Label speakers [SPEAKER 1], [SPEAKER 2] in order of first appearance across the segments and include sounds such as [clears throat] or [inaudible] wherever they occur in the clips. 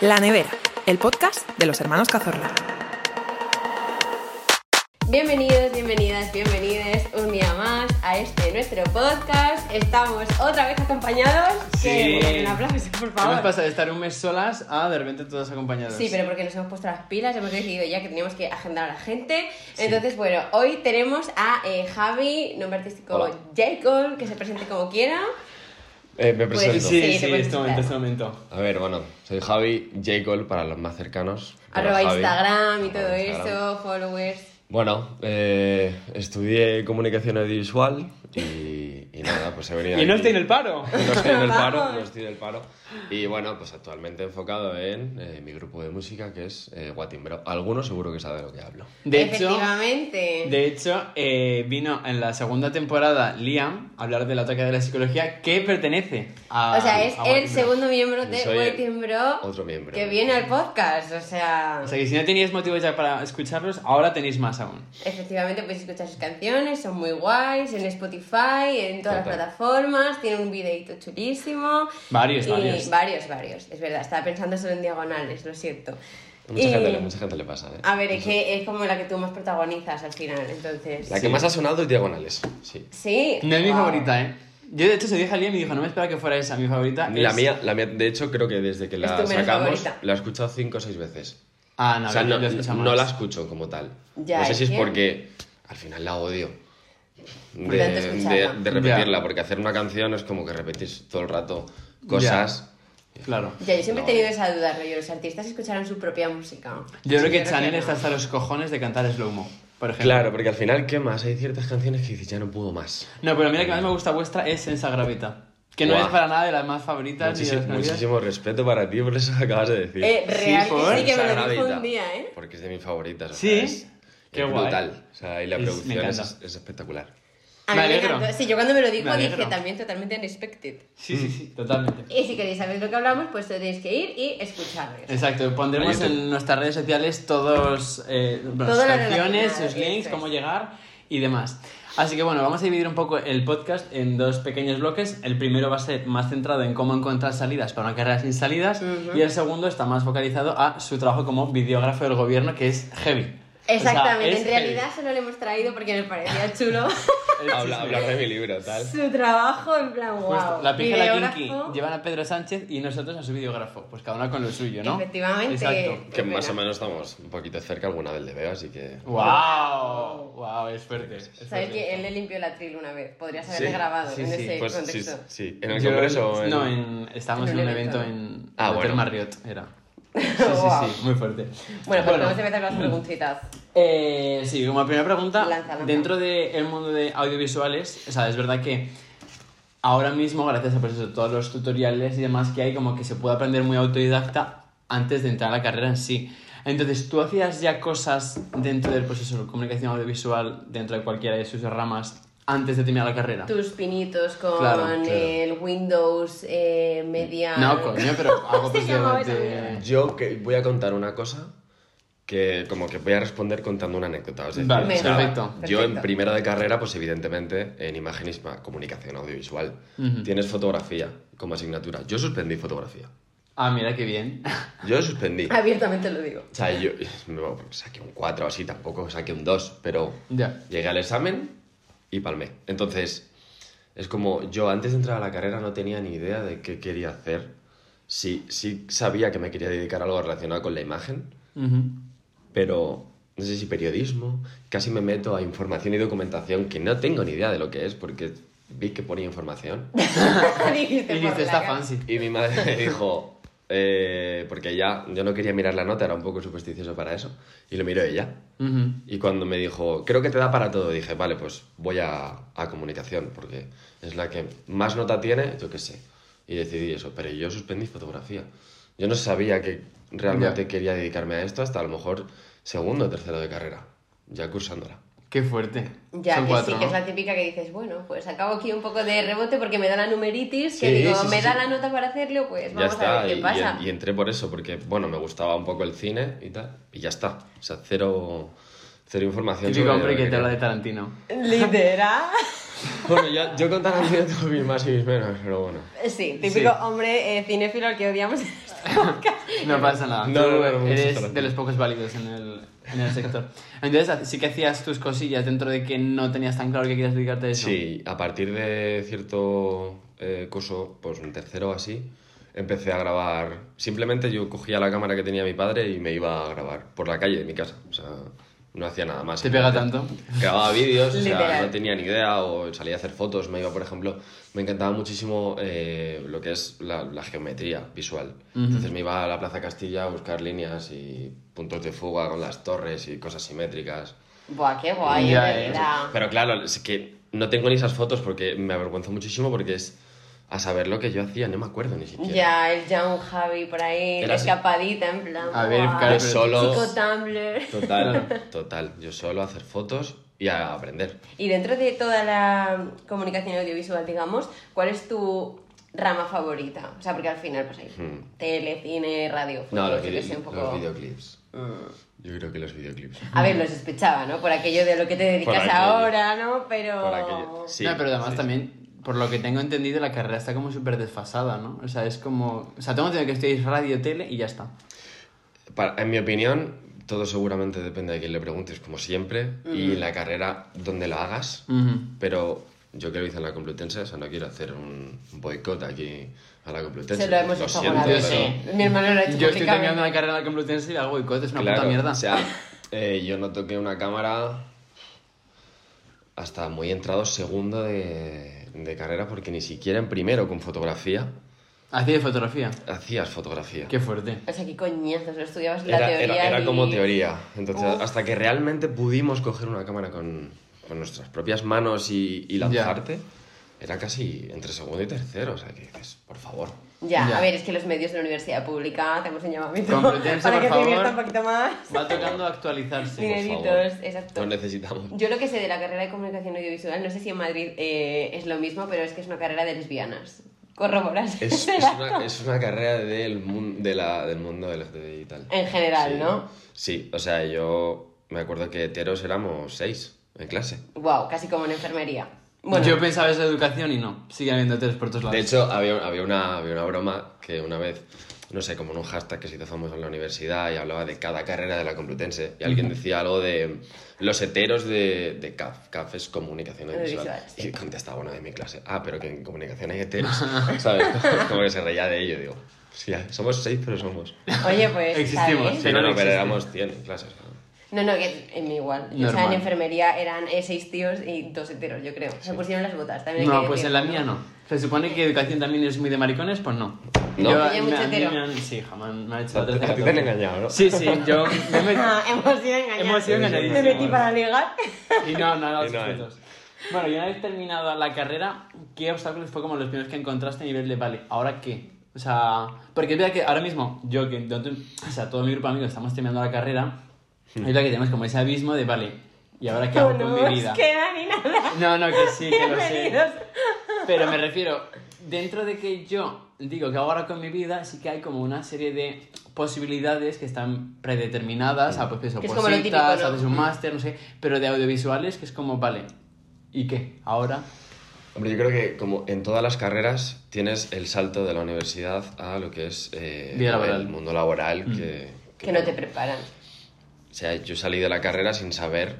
[SPEAKER 1] La Nevera, el podcast de los hermanos Cazorla.
[SPEAKER 2] Bienvenidos, bienvenidas, bienvenides un día más a este nuestro podcast. Estamos otra vez acompañados.
[SPEAKER 3] Sí.
[SPEAKER 2] Que- Un aplauso, por
[SPEAKER 3] ¿Qué nos
[SPEAKER 2] favor.
[SPEAKER 3] pasa de estar un mes solas a de repente todas acompañadas?
[SPEAKER 2] Sí, pero porque nos hemos puesto las pilas, hemos decidido ya que teníamos que agendar a la gente. Entonces, bueno, hoy tenemos a eh, Javi, nombre artístico
[SPEAKER 4] Hola.
[SPEAKER 2] Jacob, que se presente como quiera.
[SPEAKER 4] Eh, me
[SPEAKER 2] Pues
[SPEAKER 4] presento.
[SPEAKER 3] Sí, sí,
[SPEAKER 2] Sí, te puedes
[SPEAKER 3] este momento,
[SPEAKER 2] estar.
[SPEAKER 3] este momento.
[SPEAKER 4] A ver, bueno, soy Javi, J. Cole para los más cercanos. pero
[SPEAKER 2] Arroba
[SPEAKER 4] Javi.
[SPEAKER 2] Instagram y todo
[SPEAKER 4] Arroba Instagram.
[SPEAKER 2] eso, followers.
[SPEAKER 4] Bueno, eh, estudié comunicación audiovisual y, y nada, pues he venido
[SPEAKER 3] Y no
[SPEAKER 4] aquí.
[SPEAKER 3] estoy en el paro.
[SPEAKER 4] [laughs] No estoy en el
[SPEAKER 2] [laughs]
[SPEAKER 4] paro,
[SPEAKER 2] Vamos.
[SPEAKER 4] no estoy en el paro. Y bueno, pues actualmente enfocado en eh, mi grupo de música que es eh, Guatimbro. Algunos seguro que sabe de lo que hablo.
[SPEAKER 3] De hecho,
[SPEAKER 2] Efectivamente.
[SPEAKER 3] de hecho eh, vino en la segunda temporada Liam a hablar del ataque de la psicología que pertenece a.
[SPEAKER 2] O sea, es
[SPEAKER 3] a
[SPEAKER 2] el
[SPEAKER 3] Guatemala.
[SPEAKER 2] segundo miembro de
[SPEAKER 4] Soy
[SPEAKER 2] Waiting Bro
[SPEAKER 4] otro miembro.
[SPEAKER 2] que viene al podcast. O sea,
[SPEAKER 3] O sea, que si no teníais motivos ya para escucharlos, ahora tenéis más aún.
[SPEAKER 2] efectivamente podéis escuchar sus canciones, son muy guays, en Spotify, en todas las
[SPEAKER 4] Total.
[SPEAKER 2] plataformas, tiene un videito chulísimo.
[SPEAKER 3] Varios,
[SPEAKER 2] Y-
[SPEAKER 3] varios.
[SPEAKER 2] Varios, varios. Es verdad, estaba pensando solo en diagonales, lo siento.
[SPEAKER 4] A mucha,
[SPEAKER 2] Y-
[SPEAKER 4] gente, le- mucha gente le pasa, ¿eh?
[SPEAKER 2] A ver, es que es como la que tú más protagonizas al final, entonces...
[SPEAKER 4] La que más ha sonado es Diagonales, sí.
[SPEAKER 2] Sí.
[SPEAKER 3] No es mi
[SPEAKER 2] wow.
[SPEAKER 3] favorita, ¿eh? Yo de hecho se dije a Liam y dijo, no me esperaba que fuera esa mi favorita.
[SPEAKER 4] Ni La
[SPEAKER 3] es-
[SPEAKER 4] mía, la mía, de hecho, creo que desde que
[SPEAKER 2] Es tu
[SPEAKER 4] la
[SPEAKER 2] menos
[SPEAKER 4] sacamos,
[SPEAKER 2] favorita.
[SPEAKER 4] la he escuchado cinco o seis veces.
[SPEAKER 3] Ah, no,
[SPEAKER 4] o sea,
[SPEAKER 3] yo
[SPEAKER 4] no,
[SPEAKER 3] la he escuchado
[SPEAKER 4] no
[SPEAKER 3] más.
[SPEAKER 4] la escucho como tal.
[SPEAKER 2] Ya,
[SPEAKER 4] no sé si
[SPEAKER 2] es
[SPEAKER 4] es
[SPEAKER 2] que-
[SPEAKER 4] porque al final la odio. De,
[SPEAKER 2] tanto escucharla.
[SPEAKER 4] de- de repetirla, porque hacer una canción es como que repetís todo el rato cosas.
[SPEAKER 3] Claro.
[SPEAKER 2] Ya, yo siempre he
[SPEAKER 4] No.
[SPEAKER 2] tenido esa duda, rollo, los artistas escucharon su propia música.
[SPEAKER 3] Yo creo que
[SPEAKER 2] Yo creo
[SPEAKER 3] Chanel
[SPEAKER 2] que no.
[SPEAKER 3] está hasta los cojones de cantar slow mo, por ejemplo.
[SPEAKER 4] Claro, porque al final, ¿qué más? Hay ciertas canciones que dices, ya no puedo más.
[SPEAKER 3] No, pero a mí la que más me gusta vuestra es Sensa Gravita. Que no
[SPEAKER 4] Guau.
[SPEAKER 3] es para nada de las más favoritas ni de
[SPEAKER 4] Muchísimo,
[SPEAKER 3] las más
[SPEAKER 4] muchísimo respeto para ti por eso que acabas de decir.
[SPEAKER 2] Eh, real
[SPEAKER 3] por
[SPEAKER 2] que sí, que me lo
[SPEAKER 4] Sagradita,
[SPEAKER 2] dijo un día, ¿eh?
[SPEAKER 4] Porque es de mis favoritas. o
[SPEAKER 3] Sí,
[SPEAKER 4] sea, es-
[SPEAKER 3] qué
[SPEAKER 4] es
[SPEAKER 3] guay.
[SPEAKER 4] brutal. O sea, y la
[SPEAKER 3] Es- me
[SPEAKER 4] producción es,
[SPEAKER 3] encanta.
[SPEAKER 4] es espectacular.
[SPEAKER 2] A mí
[SPEAKER 3] Me
[SPEAKER 2] me
[SPEAKER 3] alegro.
[SPEAKER 2] encantó. Sí, yo cuando me lo dijo
[SPEAKER 3] Me alegro.
[SPEAKER 2] dije también totalmente unexpected.
[SPEAKER 3] Sí,
[SPEAKER 4] Mm.
[SPEAKER 3] sí, sí, totalmente.
[SPEAKER 2] Y si queréis saber lo que hablamos, pues tenéis que ir y escucharles.
[SPEAKER 3] Exacto, pondremos
[SPEAKER 4] A YouTube.
[SPEAKER 3] en nuestras redes sociales todos eh, las
[SPEAKER 2] lo
[SPEAKER 3] canciones,
[SPEAKER 2] relacionado,
[SPEAKER 3] sus links,
[SPEAKER 2] eso
[SPEAKER 3] cómo
[SPEAKER 2] es.
[SPEAKER 3] llegar y demás. Así que bueno, vamos a dividir un poco el podcast en dos pequeños bloques. El primero va a ser más centrado en cómo encontrar salidas para una carrera sin salidas
[SPEAKER 2] Ujú.
[SPEAKER 3] y el segundo está más focalizado a su trabajo como videógrafo del gobierno, que es heavy.
[SPEAKER 2] Exactamente,
[SPEAKER 3] O sea, es
[SPEAKER 2] en realidad
[SPEAKER 3] heavy.
[SPEAKER 2] solo le hemos traído porque nos parecía chulo [laughs]
[SPEAKER 3] El
[SPEAKER 4] Habla-
[SPEAKER 3] chisme.
[SPEAKER 4] hablar de mi libro, tal.
[SPEAKER 2] su trabajo, en plan, wow.
[SPEAKER 3] Justo, la pija y la Kinky llevan a Pedro Sánchez y nosotros a su videógrafo. Pues cada una con lo suyo, ¿no?
[SPEAKER 2] Efectivamente.
[SPEAKER 3] Exacto.
[SPEAKER 4] Que más
[SPEAKER 2] Bueno.
[SPEAKER 4] o menos estamos un poquito cerca alguna del DB, así que.
[SPEAKER 3] ¡Wow! ¡Wow! Es fuerte. es
[SPEAKER 2] ¿Sabes
[SPEAKER 3] fuerte.
[SPEAKER 2] que él le limpió la tril una vez? Podrías haberle
[SPEAKER 4] Sí,
[SPEAKER 2] grabado
[SPEAKER 3] sí,
[SPEAKER 2] en
[SPEAKER 3] sí,
[SPEAKER 2] ese
[SPEAKER 4] Pues sí,
[SPEAKER 2] contexto.
[SPEAKER 4] sí. ¿En el
[SPEAKER 3] Yo-
[SPEAKER 4] congreso o en.?
[SPEAKER 3] No, en, estábamos
[SPEAKER 2] en
[SPEAKER 3] en,
[SPEAKER 2] un
[SPEAKER 3] un evento
[SPEAKER 2] evento.
[SPEAKER 3] en
[SPEAKER 4] Ah,
[SPEAKER 3] el Hotel
[SPEAKER 4] bueno.
[SPEAKER 2] [laughs]
[SPEAKER 3] Marriott, era. Sí, sí,
[SPEAKER 2] Wow.
[SPEAKER 3] sí, muy fuerte.
[SPEAKER 2] Bueno, pues vamos a empezar con las preguntitas.
[SPEAKER 3] Eh, sí, como primera pregunta,
[SPEAKER 2] Lanza, lanza.
[SPEAKER 3] dentro del mundo de audiovisuales, o sea, es verdad que ahora mismo, gracias a pues eso, todos los tutoriales y demás que hay, como que se puede aprender muy autodidacta antes de entrar a la carrera en sí. Entonces, ¿tú hacías ya cosas dentro del proceso de comunicación audiovisual, dentro de cualquiera de sus ramas, antes de terminar la carrera?
[SPEAKER 2] Tus pinitos con
[SPEAKER 3] Claro, claro.
[SPEAKER 2] el Windows eh, Media...
[SPEAKER 3] No, coño,
[SPEAKER 2] [laughs]
[SPEAKER 3] pero pues, algo
[SPEAKER 2] se llamaba esa
[SPEAKER 3] posiblemente...
[SPEAKER 4] Yo que voy a contar una cosa que como que voy a responder contando una anécdota. es decir,
[SPEAKER 3] Vale,
[SPEAKER 4] o sea,
[SPEAKER 3] perfecto.
[SPEAKER 4] Yo
[SPEAKER 2] Perfecto.
[SPEAKER 4] en primero de carrera, pues evidentemente en imagen y ma- comunicación audiovisual. Tienes fotografía como asignatura. Yo suspendí fotografía.
[SPEAKER 3] Ah, mira qué bien. [laughs]
[SPEAKER 4] Yo suspendí.
[SPEAKER 2] Abiertamente lo digo. [laughs]
[SPEAKER 4] O sea, yo [laughs] no, saqué un 4 así, tampoco saqué un 2, pero
[SPEAKER 3] Ya.
[SPEAKER 4] llegué al examen y palmé. Entonces, es como yo antes de entrar a la carrera no tenía ni idea de qué quería hacer. Sí, sí sabía que me quería dedicar a algo relacionado con la imagen,
[SPEAKER 3] Ujú.
[SPEAKER 4] pero no sé si periodismo, casi me meto a información y documentación que no tengo ni idea de lo que es porque vi que ponía información.
[SPEAKER 2] Dijiste,
[SPEAKER 3] Y
[SPEAKER 2] por
[SPEAKER 3] dice,
[SPEAKER 2] la
[SPEAKER 3] está
[SPEAKER 2] cara".
[SPEAKER 3] fancy.
[SPEAKER 4] Y mi madre me dijo, eh, porque ya yo no quería mirar la nota, era un poco supersticioso para eso, y lo miró ella.
[SPEAKER 3] Ujú.
[SPEAKER 4] Y cuando me dijo, creo que te da para todo, dije, vale, pues voy a, a comunicación, porque es la que más nota tiene, yo qué sé. Y decidí eso, pero yo suspendí fotografía. Yo no sabía que realmente
[SPEAKER 3] Ya.
[SPEAKER 4] quería dedicarme a esto hasta a lo mejor segundo o tercero de carrera, ya cursándola.
[SPEAKER 3] Qué fuerte.
[SPEAKER 2] Ya,
[SPEAKER 3] Son
[SPEAKER 2] que
[SPEAKER 3] cuatro,
[SPEAKER 2] sí, que
[SPEAKER 3] ¿no?
[SPEAKER 2] es la típica que dices, bueno, pues acabo aquí un poco de rebote porque me da la numeritis, que
[SPEAKER 4] Sí,
[SPEAKER 2] digo,
[SPEAKER 4] sí, sí,
[SPEAKER 2] me da
[SPEAKER 4] sí.
[SPEAKER 2] la nota para hacerlo, pues
[SPEAKER 4] ya
[SPEAKER 2] vamos
[SPEAKER 4] está,
[SPEAKER 2] a ver
[SPEAKER 4] y-
[SPEAKER 2] qué
[SPEAKER 4] y,
[SPEAKER 2] pasa.
[SPEAKER 4] y entré por eso, porque bueno, me gustaba un poco el cine y tal, y ya está. O sea, cero, Cero información.
[SPEAKER 3] Típico
[SPEAKER 4] sobre
[SPEAKER 3] hombre que te
[SPEAKER 4] Verónica.
[SPEAKER 3] habla de Tarantino.
[SPEAKER 2] Lidera.
[SPEAKER 4] Bueno, yo, yo con [laughs] Tarantino tengo mis más y mis menos, pero bueno.
[SPEAKER 2] [laughs] Sí, típico
[SPEAKER 3] Sí.
[SPEAKER 2] hombre eh, cinéfilo al que odiamos en
[SPEAKER 4] [laughs]
[SPEAKER 2] este podcast.
[SPEAKER 3] No pasa nada.
[SPEAKER 4] No,
[SPEAKER 3] Tú
[SPEAKER 4] no, no, no, mucho
[SPEAKER 3] eres
[SPEAKER 4] Tarantino.
[SPEAKER 3] de los pocos válidos en el, en el sector. Entonces, sí que hacías tus cosillas dentro de que no tenías tan claro que querías dedicarte a eso.
[SPEAKER 4] Sí, a partir de cierto eh, curso, pues un tercero o así, empecé a grabar. Simplemente yo cogía la cámara que tenía mi padre y me iba a grabar por la calle de mi casa. O sea, no hacía nada más.
[SPEAKER 3] ¿Te pega tanto?
[SPEAKER 4] Grababa vídeos, o sea,
[SPEAKER 2] Literal.
[SPEAKER 4] no tenía ni idea, o salía a hacer fotos. Me iba, por ejemplo, me encantaba muchísimo eh, lo que es la, la geometría visual. Entonces me iba a la Plaza Castilla a buscar líneas y puntos de fuga con las torres y cosas simétricas.
[SPEAKER 2] Buah, qué guay,
[SPEAKER 3] Ya,
[SPEAKER 2] en
[SPEAKER 3] eh.
[SPEAKER 2] realidad.
[SPEAKER 4] Pero claro, es que no tengo ni esas fotos porque me avergüenzo muchísimo porque es a saber lo que yo hacía, no me acuerdo ni siquiera.
[SPEAKER 2] Ya, el Young Javi por ahí,
[SPEAKER 4] Era así.
[SPEAKER 2] escapadita, en plan.
[SPEAKER 3] A ver,
[SPEAKER 2] buah,
[SPEAKER 3] claro,
[SPEAKER 4] Yo solo,
[SPEAKER 2] Chico Tumblr.
[SPEAKER 4] total, [laughs] total, yo solo a hacer fotos y a aprender.
[SPEAKER 2] Y dentro de toda la comunicación audiovisual, digamos, ¿cuál es tu rama favorita? O sea, porque al final, pues hay tele, cine, radio,
[SPEAKER 4] Hmm. No,
[SPEAKER 2] fútbol,
[SPEAKER 4] los,
[SPEAKER 2] yo que
[SPEAKER 4] vide-
[SPEAKER 2] sé, un poco- Mm.
[SPEAKER 4] los videoclips. Yo creo que los videoclips.
[SPEAKER 2] A ver, lo sospechaba, ¿no? Por aquello de lo que te dedicas
[SPEAKER 4] aquello.
[SPEAKER 2] ahora, ¿no? Pero...
[SPEAKER 4] Por aquello- sí,
[SPEAKER 3] no, pero además
[SPEAKER 4] sí,
[SPEAKER 3] también, por lo que tengo entendido, la carrera está como súper desfasada, ¿no? O sea, es como... O sea, tengo entendido que estudiáis radio, tele y ya está.
[SPEAKER 4] Para- en mi opinión, todo seguramente depende de quién le preguntes, como siempre, y
[SPEAKER 2] Mm.
[SPEAKER 4] la carrera donde lo hagas.
[SPEAKER 3] Ujú.
[SPEAKER 4] Pero yo que lo hice en la Complutense, o sea, no quiero hacer un boicot aquí a la Complutense.
[SPEAKER 2] Se lo hemos hecho alguna
[SPEAKER 4] siento,
[SPEAKER 2] vez,
[SPEAKER 4] pero-
[SPEAKER 2] sí. Mi hermano lo ha hecho
[SPEAKER 3] Yo estoy
[SPEAKER 2] públicamente.
[SPEAKER 3] terminando la carrera de la Complutense y hago boicot, es una
[SPEAKER 4] Claro,
[SPEAKER 3] puta mierda.
[SPEAKER 4] O sea, eh, yo no toqué una cámara hasta muy entrado segundo de, de carrera porque ni siquiera en primero con fotografía
[SPEAKER 3] Hacía de fotografía.
[SPEAKER 4] hacías fotografía.
[SPEAKER 3] Qué fuerte.
[SPEAKER 2] O sea, qué coñazos, lo estudiabas la
[SPEAKER 4] Era, era-
[SPEAKER 2] teoría
[SPEAKER 4] era
[SPEAKER 2] y-
[SPEAKER 4] como teoría. Entonces,
[SPEAKER 2] Uf.
[SPEAKER 4] hasta que realmente pudimos coger una cámara con, con nuestras propias manos y, y lanzarte, era casi entre segundo y tercero. O sea, que dices, por favor.
[SPEAKER 2] Ya,
[SPEAKER 3] Ya.
[SPEAKER 2] a ver, es que los medios de la universidad pública hacemos un llamamiento [laughs]
[SPEAKER 3] Complutense,
[SPEAKER 2] para
[SPEAKER 3] por
[SPEAKER 2] que
[SPEAKER 3] favor.
[SPEAKER 2] te divierta un poquito más.
[SPEAKER 3] Va tocando
[SPEAKER 4] Por
[SPEAKER 3] actualizarse.
[SPEAKER 2] Mira. Dineritos,
[SPEAKER 4] favor.
[SPEAKER 2] exacto.
[SPEAKER 4] Lo necesitamos.
[SPEAKER 2] Yo lo que sé de la carrera de comunicación audiovisual, no sé si en Madrid eh, es lo mismo, pero es que es una carrera de lesbianas. Corroboras.
[SPEAKER 4] Es, es una, es una carrera del, mun- de la- del mundo del LGTBI y tal.
[SPEAKER 2] En general,
[SPEAKER 4] Sí.
[SPEAKER 2] ¿no?
[SPEAKER 4] Sí, o sea, yo me acuerdo que heteros éramos seis en clase.
[SPEAKER 2] Wow, casi como en enfermería. Bueno,
[SPEAKER 3] Yo pensaba eso de educación y no. Sigue habiendo tres por todos lados.
[SPEAKER 4] De hecho, había, había, una, había una broma que una vez, no sé, como en un hashtag que se hizo famoso en la universidad y hablaba de cada carrera de la Complutense. Y alguien decía algo de los heteros de, de CAF. CAF es comunicación audiovisual.
[SPEAKER 2] Audiovisual, sí.
[SPEAKER 4] Y contestaba uno de mi clase, ah, pero que en comunicación hay heteros. [laughs] ¿Sabes? Como que se reía de ello. Digo, sí, somos seis, pero somos.
[SPEAKER 2] oye, pues.
[SPEAKER 3] Existimos,
[SPEAKER 2] ¿sabes?
[SPEAKER 4] Sí, no,
[SPEAKER 3] no
[SPEAKER 4] no, pero
[SPEAKER 3] existe.
[SPEAKER 4] éramos 100 en clase. o sea.
[SPEAKER 2] No, no, que en mi igual. O sea,
[SPEAKER 3] Normal.
[SPEAKER 2] en enfermería eran eh, seis tíos y dos heteros, yo creo. Se pusieron las botas también. hay
[SPEAKER 3] No,
[SPEAKER 2] que
[SPEAKER 3] pues
[SPEAKER 2] decir.
[SPEAKER 3] en la mía no. Se supone que educación también es muy de maricones, pues no. Yo,
[SPEAKER 4] No.
[SPEAKER 2] Y hay
[SPEAKER 3] me-
[SPEAKER 2] mucho
[SPEAKER 3] a mí
[SPEAKER 2] hetero.
[SPEAKER 3] me han- sí, jamás me han hecho
[SPEAKER 4] A
[SPEAKER 3] la
[SPEAKER 4] ti
[SPEAKER 3] tercera
[SPEAKER 4] te han
[SPEAKER 3] categoría.
[SPEAKER 4] engañado, ¿no?
[SPEAKER 3] Sí, sí, yo me
[SPEAKER 4] [laughs]
[SPEAKER 3] he metido-
[SPEAKER 2] Ah, hemos sido engañados.
[SPEAKER 3] Hemos sido
[SPEAKER 2] Me metí
[SPEAKER 3] engañadísimos.
[SPEAKER 2] para ligar.
[SPEAKER 3] Y no, no, no,
[SPEAKER 4] Y no hay.
[SPEAKER 3] suscritos. Bueno, y una vez terminada la carrera, ¿qué obstáculos fue como los primeros que encontraste a nivel de, vale, ahora qué? O sea, porque es verdad que ahora mismo, yo que, no te- o sea, todo mi grupo de amigos estamos terminando la carrera,
[SPEAKER 4] Hmm.
[SPEAKER 3] es verdad que tenemos como ese abismo de, vale, ¿y ahora
[SPEAKER 2] [laughs]
[SPEAKER 3] qué hago
[SPEAKER 2] no
[SPEAKER 3] con
[SPEAKER 2] nos
[SPEAKER 3] mi vida?
[SPEAKER 2] queda ni nada.
[SPEAKER 3] No, no, que sí, que lo sé.
[SPEAKER 2] Bienvenidos.
[SPEAKER 3] Pero me refiero, dentro de que yo digo que hago ahora con mi vida, sí que hay como una serie de posibilidades que están predeterminadas, a pues eso,
[SPEAKER 2] Que es como lo
[SPEAKER 3] cositas,
[SPEAKER 2] típico, ¿no?
[SPEAKER 3] haces un máster, no sé, pero de audiovisuales que es como, vale, ¿y qué? ¿Ahora?
[SPEAKER 4] Hombre, yo creo que como en todas las carreras tienes el salto de la universidad a lo que es eh,
[SPEAKER 3] Vida laboral. Mm.
[SPEAKER 4] el mundo laboral que, que-
[SPEAKER 2] Que no te preparan.
[SPEAKER 4] O sea, yo salí de la carrera sin saber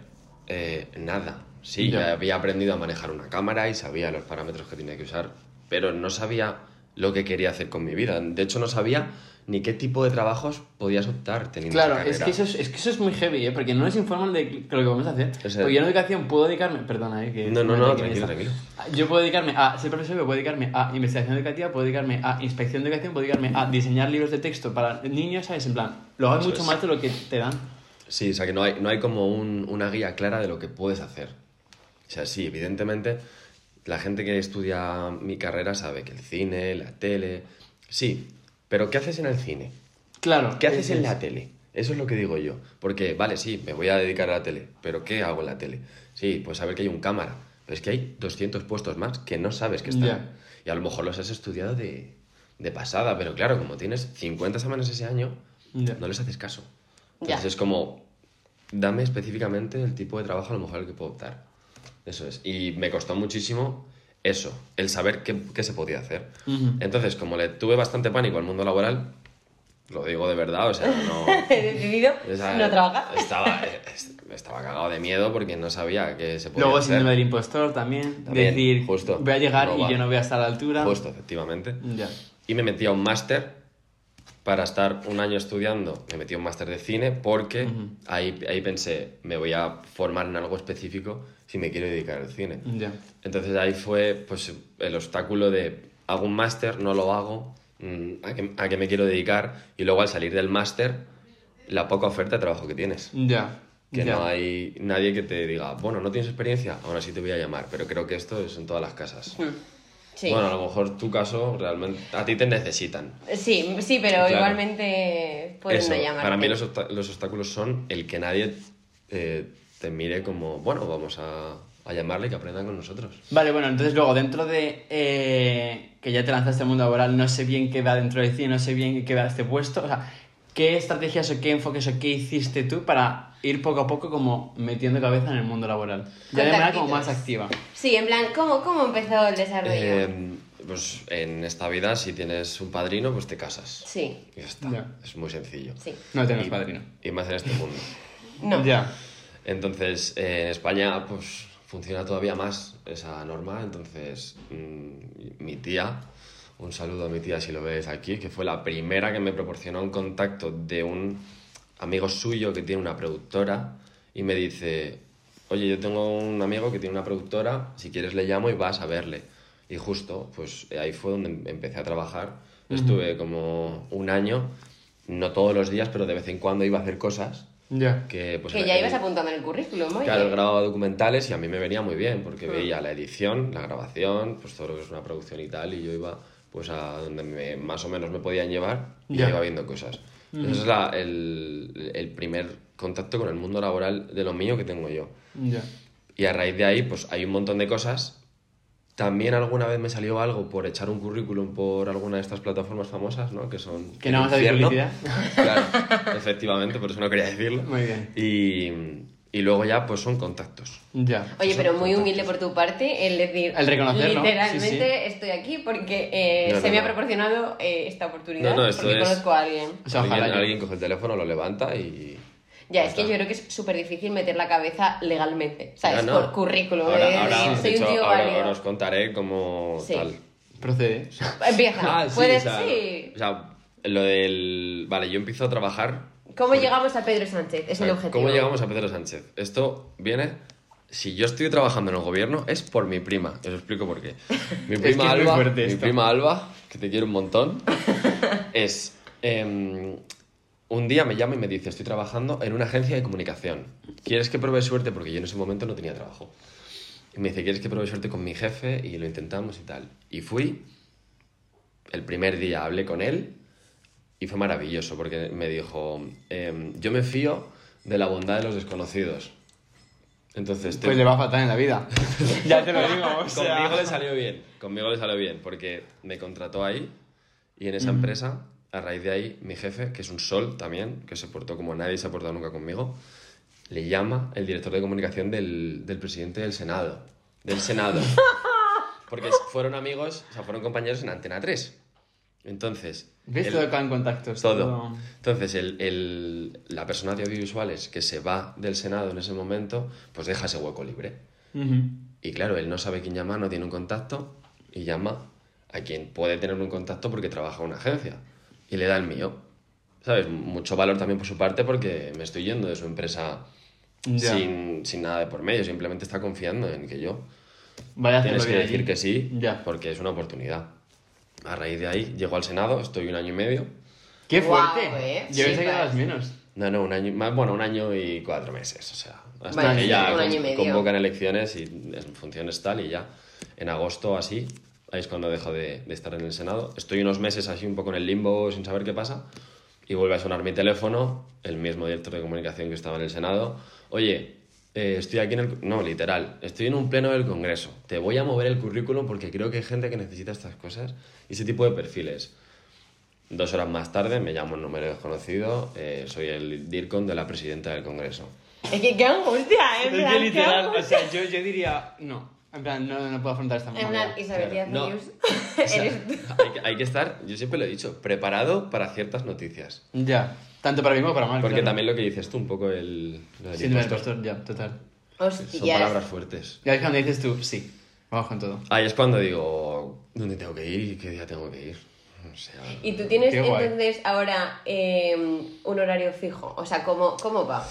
[SPEAKER 4] eh, nada. Sí,
[SPEAKER 3] Ya.
[SPEAKER 4] ya había aprendido a manejar una cámara y sabía los parámetros que tenía que usar, pero no sabía lo que quería hacer con mi vida. De hecho, no sabía ni qué tipo de trabajos podías optar teniendo
[SPEAKER 3] Claro,
[SPEAKER 4] esa
[SPEAKER 3] es
[SPEAKER 4] carrera.
[SPEAKER 3] que, eso es, es que eso es muy heavy, ¿eh? Porque no nos informan de lo que vamos a hacer.
[SPEAKER 4] O sea-
[SPEAKER 3] Porque yo en educación puedo dedicarme... Perdona, ¿eh? Que
[SPEAKER 4] No, no,
[SPEAKER 3] me
[SPEAKER 4] no,
[SPEAKER 3] tranquiliza.
[SPEAKER 4] tranquilo,
[SPEAKER 3] Ah, Yo puedo dedicarme a ser profesor, pero puedo dedicarme a investigación educativa, puedo dedicarme a inspección de educación, puedo dedicarme a diseñar libros de texto para niños, ¿sabes? En plan, lo hago
[SPEAKER 4] Eso
[SPEAKER 3] mucho
[SPEAKER 4] es.
[SPEAKER 3] más de lo que te dan.
[SPEAKER 4] Sí, o sea que no hay, no hay como un- una guía clara de lo que puedes hacer. O sea, sí, evidentemente, la gente que estudia mi carrera sabe que el cine, la tele. Sí, pero ¿qué haces en el cine?
[SPEAKER 3] Claro.
[SPEAKER 4] ¿Qué haces en
[SPEAKER 3] es-
[SPEAKER 4] la tele? Eso es lo que digo yo. Porque, vale, sí, me voy a dedicar a la tele, pero ¿qué hago en la tele? Sí, pues saber que hay un cámara. Pero es que hay 200 puestos más que no sabes que están.
[SPEAKER 3] Ya.
[SPEAKER 4] Y a lo mejor los has estudiado de, de pasada, pero claro, como tienes 50 semanas ese año,
[SPEAKER 3] Ya.
[SPEAKER 4] no les haces caso.
[SPEAKER 2] Ya.
[SPEAKER 4] Entonces es como, dame específicamente el tipo de trabajo a lo mejor al que puedo optar. Eso es. Y me costó muchísimo eso, el saber qué, qué se podía hacer.
[SPEAKER 3] Ujú.
[SPEAKER 4] Entonces, como le tuve bastante pánico al mundo laboral, lo digo de verdad, o sea, no...
[SPEAKER 2] He decidido
[SPEAKER 4] o sea,
[SPEAKER 2] no trabajar.
[SPEAKER 4] Estaba, es- estaba cagado de miedo porque no sabía qué se podía
[SPEAKER 3] Luego
[SPEAKER 4] hacer.
[SPEAKER 3] síndrome del impostor también.
[SPEAKER 4] También,
[SPEAKER 3] decir,
[SPEAKER 4] justo.
[SPEAKER 3] voy a llegar
[SPEAKER 4] No
[SPEAKER 3] y
[SPEAKER 4] va.
[SPEAKER 3] yo no voy a estar a la altura.
[SPEAKER 4] Justo, efectivamente.
[SPEAKER 3] Ya.
[SPEAKER 4] Y me metí a un máster para estar un año estudiando. Me metí a un máster de cine porque ahí, ahí pensé, me voy a formar en algo específico si me quiero dedicar al cine.
[SPEAKER 3] Ya.
[SPEAKER 4] Entonces ahí fue pues, el obstáculo de hago un máster, no lo hago, mm, ¿a qué, a qué me quiero dedicar? Y luego al salir del máster, la poca oferta de trabajo que tienes.
[SPEAKER 3] Ya.
[SPEAKER 4] Que
[SPEAKER 3] ya.
[SPEAKER 4] no hay nadie que te diga, bueno, no tienes experiencia, aún así te voy a llamar, pero creo que esto es en todas las casas.
[SPEAKER 2] Hmm, Sí.
[SPEAKER 4] Bueno, a lo mejor tu caso realmente a ti te necesitan.
[SPEAKER 2] sí, sí, pero
[SPEAKER 4] Claro.
[SPEAKER 2] igualmente pueden
[SPEAKER 4] Eso,
[SPEAKER 2] no llamarte.
[SPEAKER 4] para mí los, obsta- los obstáculos son el que nadie eh, te mire como, bueno, vamos a, a llamarle y que aprendan con nosotros.
[SPEAKER 3] Vale, bueno, entonces luego dentro de eh, que ya te lanzaste al mundo laboral, no sé bien qué va dentro de cine, no sé bien qué va este puesto, o sea, ¿qué estrategias o qué enfoques o qué hiciste tú para ir poco a poco como metiendo cabeza en el mundo laboral? Ya de manera
[SPEAKER 2] Contactitos.
[SPEAKER 3] como más activa.
[SPEAKER 2] Sí, en plan, ¿cómo, cómo empezó el desarrollo?
[SPEAKER 4] Eh, pues en esta vida, si tienes un padrino, pues te casas.
[SPEAKER 2] Sí,
[SPEAKER 4] Y ya está.
[SPEAKER 3] Ya.
[SPEAKER 4] Es muy sencillo.
[SPEAKER 2] sí.
[SPEAKER 3] No tenemos
[SPEAKER 4] Y-
[SPEAKER 3] padrino.
[SPEAKER 4] Y más en este mundo.
[SPEAKER 2] No.
[SPEAKER 3] Ya.
[SPEAKER 4] Entonces, eh, en España, pues funciona todavía más esa norma. Entonces, mm, mi tía, un saludo a mi tía si lo ves aquí, que fue la primera que me proporcionó un contacto de un amigo suyo que tiene una productora y me dice, oye, yo tengo un amigo que tiene una productora, si quieres le llamo y vas a verle. Y justo, pues eh, ahí fue donde em- empecé a trabajar. Estuve como un año, no todos los días, pero de vez en cuando iba a hacer cosas.
[SPEAKER 3] Ya.
[SPEAKER 4] Que, pues,
[SPEAKER 2] que
[SPEAKER 4] en
[SPEAKER 2] ya
[SPEAKER 4] aquel-
[SPEAKER 2] ibas apuntando en el currículum, oye.
[SPEAKER 4] Claro, grababa documentales y a mí me venía muy bien porque veía la edición, la grabación, pues todo lo que es una producción y tal, y yo iba pues a donde me- más o menos me podían llevar y
[SPEAKER 3] Ya.
[SPEAKER 4] iba viendo cosas. Ese es la- el, el primer contacto con el mundo laboral de lo mío que tengo yo.
[SPEAKER 3] Ya.
[SPEAKER 4] Y a raíz de ahí, pues hay un montón de cosas. También alguna vez me salió algo por echar un currículum por alguna de estas plataformas famosas, ¿no? Que son...
[SPEAKER 3] Que no
[SPEAKER 4] el
[SPEAKER 3] vas a decir
[SPEAKER 4] infierno.
[SPEAKER 3] publicidad.
[SPEAKER 4] [laughs] Claro, efectivamente, por eso no quería decirlo.
[SPEAKER 3] Muy bien.
[SPEAKER 4] Y, y luego ya, pues son contactos.
[SPEAKER 3] Ya.
[SPEAKER 2] Oye, pero muy humilde por tu parte el decir,
[SPEAKER 3] El reconocer, ¿no?
[SPEAKER 2] literalmente
[SPEAKER 3] Sí, sí.
[SPEAKER 2] estoy aquí porque eh,
[SPEAKER 4] No,
[SPEAKER 2] se
[SPEAKER 4] no,
[SPEAKER 2] me
[SPEAKER 4] no.
[SPEAKER 2] ha proporcionado eh, esta oportunidad
[SPEAKER 4] No, no, esto
[SPEAKER 2] porque
[SPEAKER 4] es-
[SPEAKER 2] conozco a alguien.
[SPEAKER 3] O sea,
[SPEAKER 4] alguien,
[SPEAKER 3] ojalá yo.
[SPEAKER 4] alguien coge el teléfono, lo levanta y...
[SPEAKER 2] Ya, es que
[SPEAKER 4] está.
[SPEAKER 2] yo creo que es súper difícil meter la cabeza legalmente, ¿sabes?
[SPEAKER 4] Ah, no.
[SPEAKER 2] Por currículum.
[SPEAKER 4] Ahora,
[SPEAKER 2] de
[SPEAKER 4] ahora,
[SPEAKER 2] decir,
[SPEAKER 4] de
[SPEAKER 2] soy
[SPEAKER 4] hecho,
[SPEAKER 2] un tío
[SPEAKER 4] ahora-
[SPEAKER 2] válido.
[SPEAKER 4] ahora os contaré cómo
[SPEAKER 2] Sí.
[SPEAKER 4] tal.
[SPEAKER 3] Procede.
[SPEAKER 2] Empieza.
[SPEAKER 4] Ah, sí,
[SPEAKER 2] Puedes,
[SPEAKER 4] o sea,
[SPEAKER 2] sí.
[SPEAKER 4] O sea, lo del... Vale, yo empiezo a trabajar
[SPEAKER 2] ¿Cómo llegamos a Pedro Sánchez? Es
[SPEAKER 4] O sea,
[SPEAKER 2] el objetivo.
[SPEAKER 4] ¿Cómo llegamos a Pedro Sánchez? Esto viene. Si yo estoy trabajando en el gobierno, es por mi prima. Os explico
[SPEAKER 2] [laughs]
[SPEAKER 4] por qué. Mi
[SPEAKER 3] Es
[SPEAKER 4] prima,
[SPEAKER 3] que es muy
[SPEAKER 4] Alba,
[SPEAKER 3] fuerte
[SPEAKER 4] mi
[SPEAKER 3] esto.
[SPEAKER 4] prima Alba, que te quiero
[SPEAKER 2] [laughs]
[SPEAKER 4] un montón, es. em, un día me llama y me dice: Estoy trabajando en una agencia de comunicación. ¿Quieres que pruebe suerte? Porque yo en ese momento no tenía trabajo. Y me dice: ¿Quieres que pruebe suerte con mi jefe? Y lo intentamos y tal. Y fui. El primer día hablé con él y fue maravilloso porque me dijo, em, yo me fío de la bondad de los desconocidos. Entonces, te-
[SPEAKER 3] Pues le va fatal en la
[SPEAKER 4] [laughs]
[SPEAKER 3] vida. ya te lo digo, o sea.
[SPEAKER 4] Este conmigo le salió bien, conmigo le salió bien porque me contrató ahí y en esa empresa, a raíz de ahí, mi jefe, que es un sol también, que se portó como nadie se ha portado nunca conmigo, le llama el director de comunicación del, del presidente del Senado. Del
[SPEAKER 3] [laughs]
[SPEAKER 4] Senado. Porque fueron amigos, o sea, fueron compañeros en Antena 3. Entonces...
[SPEAKER 3] ¿Ves
[SPEAKER 4] el-
[SPEAKER 3] todo acá en contactos?
[SPEAKER 4] todo. Entonces, el, el- la persona de audiovisuales que se va del Senado en ese momento, pues deja ese hueco libre.
[SPEAKER 3] Ujú.
[SPEAKER 4] Y claro, él no sabe quién llama, no tiene un contacto y llama a quien puede tener un contacto porque trabaja en una agencia y le da el mío. ¿Sabes? Mucho valor también por su parte porque me estoy yendo de su empresa
[SPEAKER 3] Ya.
[SPEAKER 4] sin, sin nada de por medio, simplemente está confiando en que yo.
[SPEAKER 3] Vaya a
[SPEAKER 4] Tienes que
[SPEAKER 3] hacerlo bien
[SPEAKER 4] decir
[SPEAKER 3] allí.
[SPEAKER 4] que sí
[SPEAKER 3] Ya.
[SPEAKER 4] porque es una oportunidad. A raíz de ahí llego al Senado, estoy un año y medio.
[SPEAKER 3] ¡Qué
[SPEAKER 2] Guau,
[SPEAKER 3] fuerte!
[SPEAKER 2] eh.
[SPEAKER 3] Yo pensé
[SPEAKER 2] Sí,
[SPEAKER 3] que eras
[SPEAKER 2] pues.
[SPEAKER 3] menos.
[SPEAKER 4] No, no, un año, más, bueno, un año y cuatro meses, o sea, hasta
[SPEAKER 2] Vale,
[SPEAKER 4] que
[SPEAKER 2] sí,
[SPEAKER 4] ya
[SPEAKER 2] un
[SPEAKER 4] con-
[SPEAKER 2] año y medio.
[SPEAKER 4] convocan elecciones y es- funciones tal y ya en agosto así, ahí es cuando dejo de, de estar en el Senado. Estoy unos meses así un poco en el limbo sin saber qué pasa y vuelve a sonar mi teléfono, el mismo director de comunicación que estaba en el Senado, oye, eh, estoy aquí en el... No, literal, estoy en un pleno del Congreso, te voy a mover el currículum porque creo que hay gente que necesita estas cosas y ese tipo de perfiles. Dos horas más tarde me llamo un número desconocido, eh, soy el DIRCON de la presidenta del Congreso.
[SPEAKER 2] Es que qué angustia, en
[SPEAKER 3] Es
[SPEAKER 2] plan.
[SPEAKER 3] que
[SPEAKER 2] qué
[SPEAKER 3] literal, o
[SPEAKER 2] angustia.
[SPEAKER 3] sea, yo, yo diría, no. En plan, no, no puedo afrontar esta
[SPEAKER 2] En plan,
[SPEAKER 3] movida.
[SPEAKER 2] Isabel Díaz
[SPEAKER 4] Claro, no.
[SPEAKER 2] News.
[SPEAKER 4] [laughs] O sea,
[SPEAKER 2] [laughs] eres tú.
[SPEAKER 4] hay, que, hay que estar, yo siempre lo he dicho, preparado para ciertas noticias.
[SPEAKER 3] Ya, tanto para bien como para mal. Ah,
[SPEAKER 4] Porque
[SPEAKER 3] claro.
[SPEAKER 4] también lo que dices tú, un poco el... lo
[SPEAKER 3] Síndrome
[SPEAKER 4] del
[SPEAKER 3] del
[SPEAKER 4] impostor.
[SPEAKER 3] impostor, ya, total.
[SPEAKER 4] Son
[SPEAKER 2] Hostias.
[SPEAKER 4] palabras fuertes.
[SPEAKER 3] Y ahí es cuando dices tú, sí, vamos con todo.
[SPEAKER 4] Ahí es cuando digo, ¿dónde tengo que ir y qué día tengo que ir? O sea,
[SPEAKER 2] Y tú tienes
[SPEAKER 3] Qué guay.
[SPEAKER 2] entonces ahora eh, un horario fijo. O sea, ¿cómo, cómo va?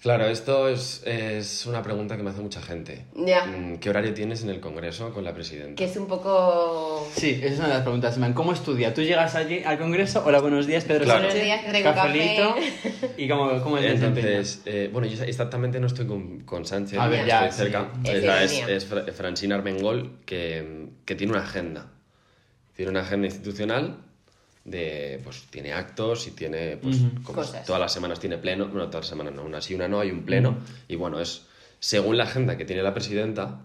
[SPEAKER 4] claro, esto es, es una pregunta que me hace mucha gente.
[SPEAKER 2] Ya.
[SPEAKER 4] Mm, ¿Qué horario tienes en el Congreso con la presidenta?
[SPEAKER 2] Que es un poco.
[SPEAKER 3] Sí, esa es una de las preguntas, man. ¿Cómo estudia? ¿Tú llegas allí al congreso? Hola, buenos días, Pedro
[SPEAKER 4] Claro.
[SPEAKER 3] Sánchez.
[SPEAKER 2] Buenos días, traigo un
[SPEAKER 3] cafelito. ¿Y cómo, cómo es el desempeño?
[SPEAKER 4] Entonces, eh, bueno, yo exactamente no estoy con, con Sánchez,
[SPEAKER 3] A ver, ya,
[SPEAKER 4] estoy
[SPEAKER 3] sí.
[SPEAKER 4] cerca.
[SPEAKER 2] Es
[SPEAKER 4] Es, la- es-
[SPEAKER 2] ironía.
[SPEAKER 4] es Fra- Francina Armengol que, que tiene una agenda. Tiene una agenda institucional de, pues, tiene actos y tiene, pues,
[SPEAKER 3] Ujú.
[SPEAKER 4] como
[SPEAKER 2] Cosas.
[SPEAKER 4] todas las semanas tiene pleno, bueno, todas las semanas no, una sí, una no, hay un pleno. Y bueno, es según la agenda que tiene la presidenta,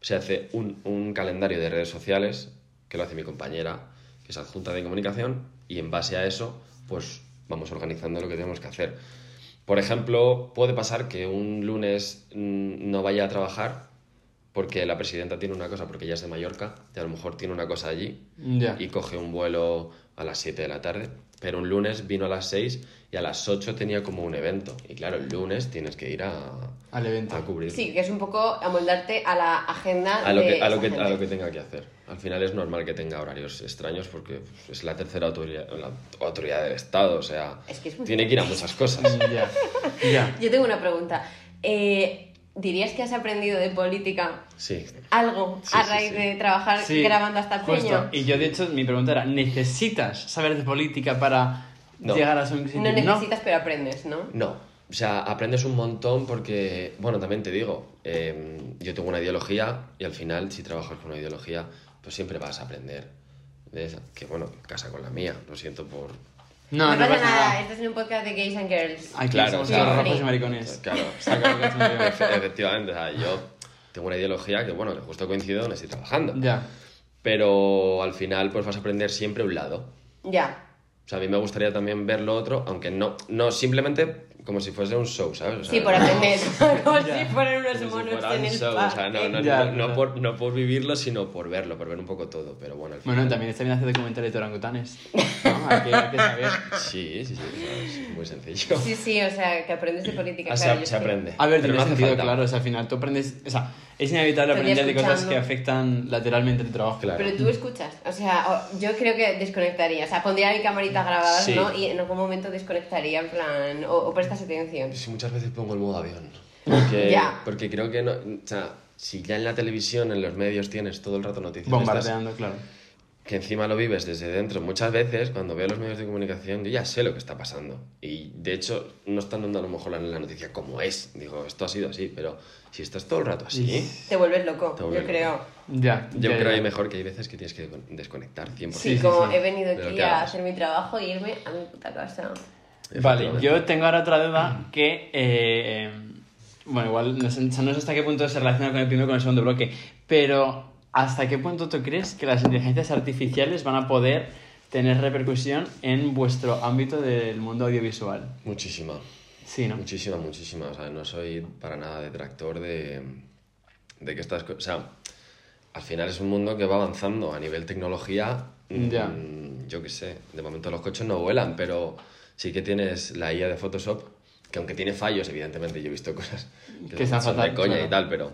[SPEAKER 4] se hace un, un calendario de redes sociales, que lo hace mi compañera, que es adjunta de comunicación, y en base a eso, pues vamos organizando lo que tenemos que hacer. Por ejemplo, puede pasar que un lunes mm, no vaya a trabajar porque la presidenta tiene una cosa, porque ella es de Mallorca, y a lo mejor tiene una cosa allí,
[SPEAKER 3] Ya.
[SPEAKER 4] y coge un vuelo a las 7 de la tarde, pero un lunes vino a las 6 y a las 8 tenía como un evento. Y claro, el lunes tienes que ir a,
[SPEAKER 3] Al evento.
[SPEAKER 4] a cubrir
[SPEAKER 2] Sí, que es un poco amoldarte a la agenda
[SPEAKER 4] a lo,
[SPEAKER 2] de
[SPEAKER 4] que, a,
[SPEAKER 2] esa
[SPEAKER 4] lo que, a
[SPEAKER 2] gente.
[SPEAKER 4] lo que tenga que hacer. Al final es normal que tenga horarios extraños porque pues, es la tercera autoridad, la autoridad del Estado, o sea,
[SPEAKER 2] Es que es muy-
[SPEAKER 4] tiene que ir a muchas cosas.
[SPEAKER 3] Ya. Ya.
[SPEAKER 2] Yo tengo una pregunta. Eh, ¿Dirías que has aprendido de política
[SPEAKER 4] Sí.
[SPEAKER 2] algo
[SPEAKER 4] Sí,
[SPEAKER 2] a
[SPEAKER 4] sí,
[SPEAKER 2] raíz
[SPEAKER 4] sí.
[SPEAKER 2] de trabajar
[SPEAKER 3] Sí,
[SPEAKER 2] grabando hasta
[SPEAKER 3] justo.
[SPEAKER 2] peña?
[SPEAKER 3] Y yo, de hecho, mi pregunta era, ¿necesitas saber de política para
[SPEAKER 4] No.
[SPEAKER 3] llegar a su
[SPEAKER 2] No necesitas, pero aprendes, ¿no?
[SPEAKER 4] No, o sea, aprendes un montón porque, bueno, también te digo, eh, yo tengo una ideología y al final si trabajas con una ideología, pues siempre vas a aprender. de esa. Que bueno, casa con la mía, lo siento por...
[SPEAKER 3] No, no,
[SPEAKER 2] pasa nada. Estás en un podcast de gays and girls.
[SPEAKER 3] Aquí
[SPEAKER 4] Claro,
[SPEAKER 3] somos
[SPEAKER 4] o sea,
[SPEAKER 3] todos rojos y
[SPEAKER 2] sí.
[SPEAKER 3] maricones.
[SPEAKER 4] Claro, [laughs]
[SPEAKER 3] Saca lo que has metido.
[SPEAKER 4] efe- efectivamente, o sea, yo tengo una ideología que, bueno, que justo coincido donde estoy trabajando.
[SPEAKER 3] Ya.
[SPEAKER 4] pero al final pues vas a aprender siempre un lado.
[SPEAKER 2] Ya.
[SPEAKER 4] O sea, a mí me gustaría también ver lo otro, aunque no, no simplemente como si fuese un show, ¿sabes? O sea,
[SPEAKER 2] Sí, [laughs] por
[SPEAKER 4] no-
[SPEAKER 2] aprender. Como si
[SPEAKER 3] Ya.
[SPEAKER 2] fueran
[SPEAKER 4] como
[SPEAKER 2] unos
[SPEAKER 4] si
[SPEAKER 2] monos
[SPEAKER 4] fuera
[SPEAKER 2] en ¿eh?
[SPEAKER 4] un
[SPEAKER 2] el
[SPEAKER 4] show, o sea, no,
[SPEAKER 2] parque.
[SPEAKER 4] no,
[SPEAKER 3] Ya,
[SPEAKER 4] no- no
[SPEAKER 3] claro.
[SPEAKER 4] por, no por vivirlo, sino por verlo, por ver un poco todo, pero bueno, al final...
[SPEAKER 3] Bueno, también está bien hacer documentales de orangutanes. ¿no? Hay, que, hay que saber.
[SPEAKER 4] Sí, sí, sí, o sea, es muy sencillo.
[SPEAKER 2] Ah. Sí, sí, o sea, que aprendes de política.
[SPEAKER 4] Ah, se-
[SPEAKER 2] claro, yo
[SPEAKER 4] se,
[SPEAKER 2] sí.
[SPEAKER 4] aprende.
[SPEAKER 3] A ver,
[SPEAKER 4] pero
[SPEAKER 3] tiene
[SPEAKER 4] no hace
[SPEAKER 3] sentido,
[SPEAKER 4] falta.
[SPEAKER 3] claro. O sea, al final tú aprendes... O sea, es inevitable
[SPEAKER 2] Estoy
[SPEAKER 3] aprender de cosas
[SPEAKER 2] escuchando.
[SPEAKER 3] que afectan lateralmente el trabajo.
[SPEAKER 4] Claro.
[SPEAKER 2] Pero tú escuchas, o sea, o- yo creo que desconectaría, o sea, pondría mi camarita grabada,
[SPEAKER 4] Mm, Sí.
[SPEAKER 2] ¿no? Y en algún momento desconectaría, en plan, o, o prestas atención.
[SPEAKER 4] Sí, muchas veces pongo el modo avión. Porque,
[SPEAKER 2] Ya.
[SPEAKER 4] porque creo que no... O sea, si ya en la televisión, en los medios tienes todo el rato noticias... de estas-
[SPEAKER 3] Bombardeando, claro.
[SPEAKER 4] que encima lo vives desde dentro. Muchas veces, cuando veo los medios de comunicación, yo ya sé lo que está pasando. Y de hecho, no están dando a lo mejor la, la noticia como es. Digo, esto ha sido así, pero si estás todo el rato así,
[SPEAKER 2] Te vuelves loco,
[SPEAKER 4] Te vuelves
[SPEAKER 2] yo creo.
[SPEAKER 3] Ya.
[SPEAKER 4] yo
[SPEAKER 3] ya,
[SPEAKER 4] creo
[SPEAKER 3] ya.
[SPEAKER 4] que mejor que hay veces que tienes que desconectar 100%.
[SPEAKER 2] Sí,
[SPEAKER 3] sí,
[SPEAKER 2] como
[SPEAKER 3] sí.
[SPEAKER 2] he venido
[SPEAKER 4] Pero
[SPEAKER 2] aquí
[SPEAKER 4] ¿qué
[SPEAKER 2] a
[SPEAKER 4] haces?
[SPEAKER 2] hacer mi trabajo e irme a mi puta casa.
[SPEAKER 3] Vale, yo tengo ahora otra duda que... eh, bueno, igual no sé, no sé hasta qué punto se relaciona con el primero y con el segundo bloque, pero ¿hasta qué punto tú crees que las inteligencias artificiales van a poder tener repercusión en vuestro ámbito del mundo audiovisual?
[SPEAKER 4] Muchísima,
[SPEAKER 3] Sí, ¿no?
[SPEAKER 4] muchísima, muchísima. O sea, no soy para nada detractor de, de que estas cosas... O sea, al final es un mundo que va avanzando a nivel tecnología. mm,
[SPEAKER 3] Ya.
[SPEAKER 4] Yo qué sé, de momento los coches no vuelan, pero sí que tienes la IA de Photoshop, que aunque tiene fallos, evidentemente yo he
[SPEAKER 3] [laughs]
[SPEAKER 4] visto cosas
[SPEAKER 3] Que están
[SPEAKER 4] son
[SPEAKER 3] fatal,
[SPEAKER 4] de coña
[SPEAKER 3] claro.
[SPEAKER 4] y tal, pero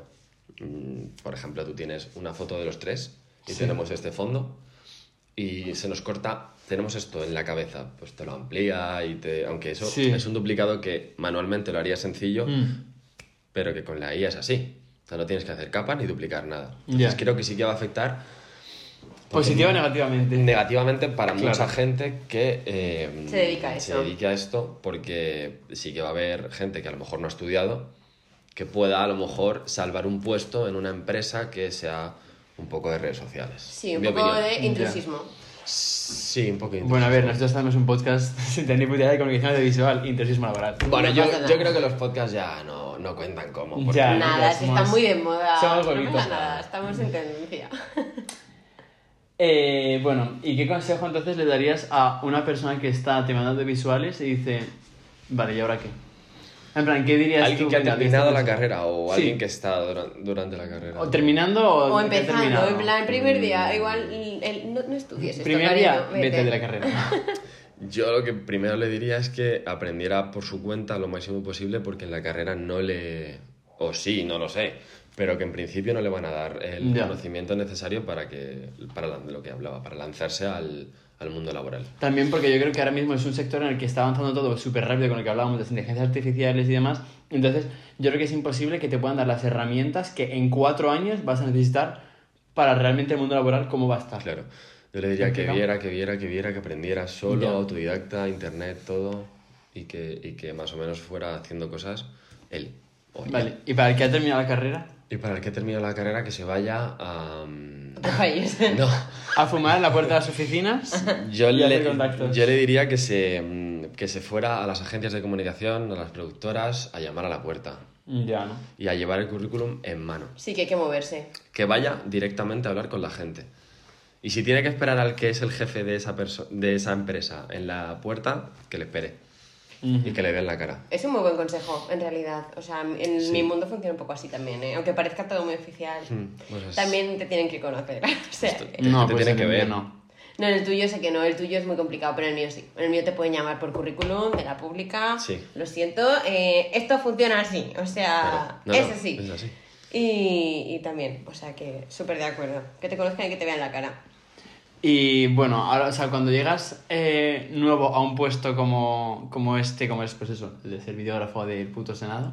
[SPEAKER 4] mm, por ejemplo tú tienes una foto de los tres y tenemos este fondo y se nos corta, tenemos esto en la cabeza, pues te lo amplía y te... Aunque eso
[SPEAKER 3] Sí.
[SPEAKER 4] es un duplicado que manualmente lo haría sencillo,
[SPEAKER 3] Mm.
[SPEAKER 4] pero que con la IA es así. O sea, no tienes que hacer capa ni duplicar nada.
[SPEAKER 3] Ya.
[SPEAKER 4] Entonces creo que sí que va a afectar
[SPEAKER 3] Positivo o negativamente.
[SPEAKER 4] negativamente para
[SPEAKER 3] Claro.
[SPEAKER 4] mucha gente que eh,
[SPEAKER 2] Se dedica a
[SPEAKER 4] se
[SPEAKER 2] eso.
[SPEAKER 4] dedique a esto, porque sí que va a haber gente que a lo mejor no ha estudiado, que pueda a lo mejor salvar un puesto en una empresa que sea un poco de redes sociales.
[SPEAKER 2] Sí, un
[SPEAKER 4] Mi
[SPEAKER 2] poco
[SPEAKER 4] opinión.
[SPEAKER 2] de intrusismo.
[SPEAKER 4] Sí, un poco de
[SPEAKER 3] Bueno, a ver,
[SPEAKER 4] intrusismo.
[SPEAKER 3] nosotros tenemos un podcast [laughs] sin tener ni puta idea de comunicación audiovisual, intrusismo laboral.
[SPEAKER 4] Bueno,
[SPEAKER 2] No
[SPEAKER 4] yo,
[SPEAKER 2] pasa nada.
[SPEAKER 4] yo creo que los podcasts ya no, no cuentan como. porque-
[SPEAKER 3] Ya.
[SPEAKER 2] Nada,
[SPEAKER 3] ya
[SPEAKER 2] si
[SPEAKER 3] somos-
[SPEAKER 2] está muy de moda.
[SPEAKER 3] somos
[SPEAKER 2] no
[SPEAKER 3] bonitos.
[SPEAKER 2] pasa nada, estamos en tendencia.
[SPEAKER 3] Eh, bueno, ¿y qué consejo entonces le darías a una persona que está te mandando visuales y dice, vale, ¿y ahora qué? En plan, ¿qué dirías
[SPEAKER 4] Alguien
[SPEAKER 3] tú?
[SPEAKER 4] que ha
[SPEAKER 3] Mira, de
[SPEAKER 4] terminado
[SPEAKER 3] esta
[SPEAKER 4] la carrera o
[SPEAKER 3] Sí.
[SPEAKER 4] alguien que está duran- durante la carrera.
[SPEAKER 3] persona? O terminando o...
[SPEAKER 2] O
[SPEAKER 3] que ha
[SPEAKER 2] empezando,
[SPEAKER 3] terminado. Mm.
[SPEAKER 2] en plan, primer día, igual, el- no, no estudies esto,
[SPEAKER 3] Primer
[SPEAKER 2] cariño,
[SPEAKER 3] día, vete.
[SPEAKER 2] [laughs]
[SPEAKER 3] de la carrera. [laughs]
[SPEAKER 4] Yo lo que primero le diría es que aprendiera por su cuenta lo máximo posible porque en la carrera no le... o sí, no lo sé, pero que en principio no le van a dar el
[SPEAKER 3] Ya.
[SPEAKER 4] conocimiento necesario para que para la- de lo que hablaba, para lanzarse al, al mundo laboral.
[SPEAKER 3] También porque yo creo que ahora mismo es un sector en el que está avanzando todo súper rápido con lo que hablábamos de las inteligencias artificiales y demás. Entonces, yo creo que es imposible que te puedan dar las herramientas que en cuatro años vas a necesitar para realmente el mundo laboral cómo va a estar.
[SPEAKER 4] Claro. Yo le diría que
[SPEAKER 3] Complicado.
[SPEAKER 4] viera, que viera, que viera, que aprendiera solo,
[SPEAKER 3] Ya.
[SPEAKER 4] autodidacta, internet, todo, y que, y que más o menos fuera haciendo cosas él. o ella.
[SPEAKER 3] Vale, y para el que ha terminado la carrera,
[SPEAKER 4] Y para el que termine la carrera, que se vaya a... mm,
[SPEAKER 2] Otro país.
[SPEAKER 4] No,
[SPEAKER 3] a fumar en la puerta de las oficinas.
[SPEAKER 4] Yo
[SPEAKER 3] Y hacer
[SPEAKER 4] le,
[SPEAKER 3] contactos.
[SPEAKER 4] yo le diría que se, mm, que se fuera a las agencias de comunicación, a las productoras, a llamar a la puerta
[SPEAKER 3] Ya, ¿no?
[SPEAKER 4] y a llevar el currículum en mano.
[SPEAKER 2] Sí que hay que moverse.
[SPEAKER 4] Que vaya directamente a hablar con la gente. Y si tiene que esperar al que es el jefe de esa, perso- de esa empresa en la puerta, que le espere y que le vea en la cara.
[SPEAKER 2] Es un muy buen consejo, en realidad. O sea, en mi mundo funciona un poco así también, ¿eh? Aunque parezca todo muy oficial.
[SPEAKER 4] pues es-
[SPEAKER 2] También te tienen que conocer. [laughs] O sea,
[SPEAKER 4] Esto-
[SPEAKER 2] eh,
[SPEAKER 3] No,
[SPEAKER 4] Te
[SPEAKER 3] Hmm. pues
[SPEAKER 4] tienen que
[SPEAKER 3] en el
[SPEAKER 4] ver.
[SPEAKER 3] mío no.
[SPEAKER 2] no, en el tuyo sé que no, el tuyo es muy complicado, pero en el mío sí. En el mío te pueden llamar por currículum, de la pública.
[SPEAKER 4] Sí.
[SPEAKER 2] Lo siento, eh, esto funciona así. O sea,
[SPEAKER 4] Claro. No,
[SPEAKER 2] ah, es
[SPEAKER 4] no,
[SPEAKER 2] así.
[SPEAKER 4] es así.
[SPEAKER 2] Y, y también, o sea que súper de acuerdo. Que te conozcan y que te vean la cara.
[SPEAKER 3] Y bueno, ahora, o sea, cuando llegas eh, nuevo a un puesto como, como este, como es, pues eso, el de ser videógrafo del puto Senado,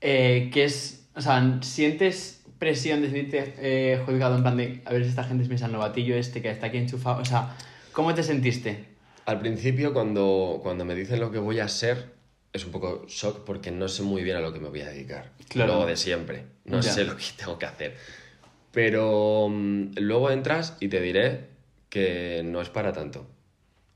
[SPEAKER 3] eh, que es, o sea, sientes presión de sentirte eh, juzgado en plan de, a ver si esta gente es mi San Novatillo este que está aquí enchufado, o sea, ¿cómo te sentiste?
[SPEAKER 4] Al principio, cuando, cuando me dicen lo que voy a ser, es un poco shock porque no sé muy bien a lo que me voy a dedicar.
[SPEAKER 3] Claro.
[SPEAKER 4] Lo de siempre. No
[SPEAKER 3] Ya.
[SPEAKER 4] sé lo que tengo que hacer. Pero mm, luego entras y te diré que no es para tanto.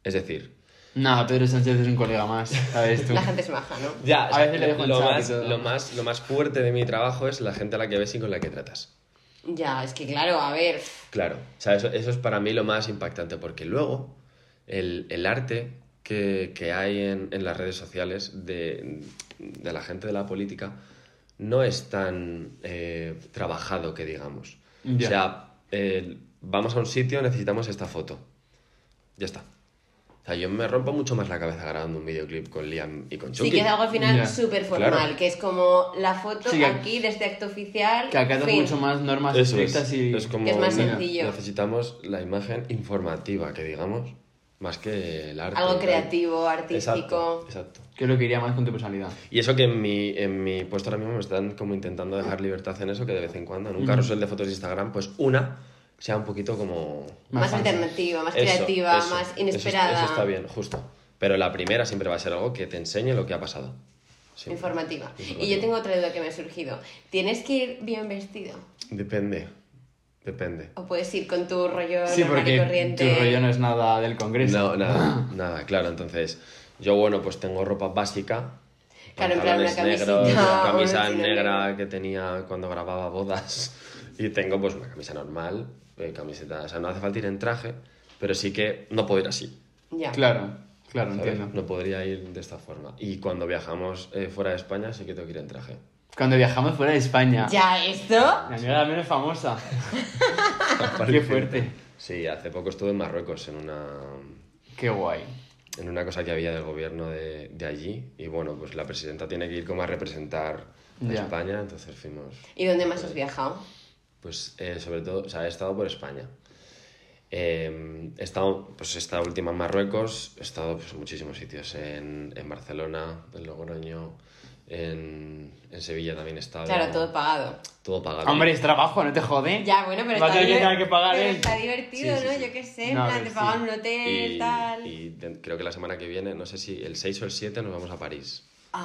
[SPEAKER 4] Es decir,
[SPEAKER 3] Nada, Pedro Sánchez es un colega más, ¿sabes [laughs] tú?
[SPEAKER 2] La gente es maja, ¿no?
[SPEAKER 4] ya,
[SPEAKER 3] A
[SPEAKER 4] o sea,
[SPEAKER 3] veces le dejo en
[SPEAKER 4] lo,
[SPEAKER 3] chat y
[SPEAKER 4] más,
[SPEAKER 3] todo.
[SPEAKER 4] lo, más, lo más fuerte de mi trabajo es la gente a la que ves y con la que tratas.
[SPEAKER 2] Ya, es que claro, a ver.
[SPEAKER 4] Claro, o sea, eso, eso es para mí lo más impactante, porque luego el, el arte que, que hay en, en las redes sociales de, de la gente de la política no es tan eh, trabajado que digamos.
[SPEAKER 3] Ya.
[SPEAKER 4] O sea, eh, vamos a un sitio, necesitamos esta foto. Ya está. O sea, yo me rompo mucho más la cabeza grabando un videoclip con Liam y con Chucky.
[SPEAKER 2] Sí que es algo al final
[SPEAKER 3] Ya.
[SPEAKER 2] súper formal,
[SPEAKER 4] Claro.
[SPEAKER 2] que es como la foto
[SPEAKER 3] Sí, que-
[SPEAKER 2] aquí de este acto oficial.
[SPEAKER 3] Que acatas
[SPEAKER 2] fin.
[SPEAKER 3] mucho más normas
[SPEAKER 4] Eso es,
[SPEAKER 3] estrictas y...
[SPEAKER 4] es como
[SPEAKER 2] Que es más
[SPEAKER 4] ne-
[SPEAKER 2] sencillo.
[SPEAKER 4] necesitamos la imagen informativa que digamos, más que el arte. y
[SPEAKER 2] Algo
[SPEAKER 4] tal.
[SPEAKER 2] creativo,
[SPEAKER 4] Exacto,
[SPEAKER 2] artístico.
[SPEAKER 4] exacto.
[SPEAKER 3] Que es lo que iría más con tu personalidad.
[SPEAKER 4] Y eso que en mi, en mi puesto ahora mismo me están como intentando dejar libertad en eso, que de vez en cuando, en un carrusel de fotos de Instagram, pues una sea un poquito como...
[SPEAKER 3] Más
[SPEAKER 2] Más,
[SPEAKER 3] fancy.
[SPEAKER 2] alternativa, más
[SPEAKER 4] Eso,
[SPEAKER 2] creativa,
[SPEAKER 4] eso,
[SPEAKER 2] más
[SPEAKER 4] eso es-
[SPEAKER 2] inesperada.
[SPEAKER 4] Eso, está bien, justo. Pero la primera siempre va a ser algo que te enseñe lo que ha pasado. Sí.
[SPEAKER 2] Informativa. Y
[SPEAKER 4] Informativa.
[SPEAKER 2] yo tengo otra duda que me ha surgido. ¿Tienes que ir bien vestido?
[SPEAKER 4] Depende, depende.
[SPEAKER 2] ¿O puedes ir con tu rollo
[SPEAKER 3] Sí,
[SPEAKER 2] normal y
[SPEAKER 3] porque tu
[SPEAKER 2] corriente?
[SPEAKER 3] rollo no es nada del
[SPEAKER 2] Pues
[SPEAKER 3] Congreso.
[SPEAKER 2] [clears throat]
[SPEAKER 4] No, nada, nada, claro. Entonces, yo, bueno, pues tengo ropa básica.
[SPEAKER 2] Claro, en plan, una
[SPEAKER 4] pantalones
[SPEAKER 2] camisita, [laughs]
[SPEAKER 4] negros, una
[SPEAKER 2] un
[SPEAKER 4] camisa
[SPEAKER 2] vestido
[SPEAKER 4] negra que tenía cuando grababa bodas. [laughs] Y tengo, pues, una camisa normal, eh, camiseta. O sea, no hace falta ir en traje, pero sí que no puedo ir así.
[SPEAKER 2] Ya.
[SPEAKER 3] Claro, claro,
[SPEAKER 4] ¿sabes?
[SPEAKER 3] entiendo.
[SPEAKER 4] No podría ir de esta forma. Y cuando viajamos eh, fuera de España, sí que tengo que ir en traje.
[SPEAKER 3] Cuando viajamos fuera de España.
[SPEAKER 2] Ya, esto.
[SPEAKER 3] Mi amiga la menos famosa. [laughs]
[SPEAKER 4] [laughs]
[SPEAKER 3] Qué fuerte.
[SPEAKER 4] Sí, hace poco estuve en Marruecos en una
[SPEAKER 3] Qué guay.
[SPEAKER 4] en una cosa que había del gobierno de, de allí y bueno, pues la presidenta tiene que ir como a representar a
[SPEAKER 3] Ya.
[SPEAKER 4] España, entonces fuimos,
[SPEAKER 2] ¿Y dónde más has viajado?
[SPEAKER 4] pues eh, sobre todo, o sea, he estado por España. Eh, he estado, pues esta última en Marruecos, he estado pues, en muchísimos sitios, en, en Barcelona, en Logroño, en, en Sevilla también he estado.
[SPEAKER 2] Claro, todo pagado.
[SPEAKER 4] Todo pagado.
[SPEAKER 3] Hombre, es trabajo, no te jode.
[SPEAKER 2] Ya, bueno, pero
[SPEAKER 3] Va a
[SPEAKER 2] está,
[SPEAKER 3] tener que,
[SPEAKER 2] diver-
[SPEAKER 3] tener que pagar
[SPEAKER 2] pero
[SPEAKER 3] él.
[SPEAKER 2] está divertido,
[SPEAKER 4] Sí, sí,
[SPEAKER 2] ¿no?
[SPEAKER 4] sí.
[SPEAKER 2] Yo qué sé, en
[SPEAKER 3] No, a
[SPEAKER 2] plan,
[SPEAKER 3] ver,
[SPEAKER 2] te pagan
[SPEAKER 3] sí.
[SPEAKER 2] un hotel,
[SPEAKER 4] y,
[SPEAKER 2] tal.
[SPEAKER 4] y de- creo que la semana que viene, no sé si el 6 o el 7 nos vamos a París.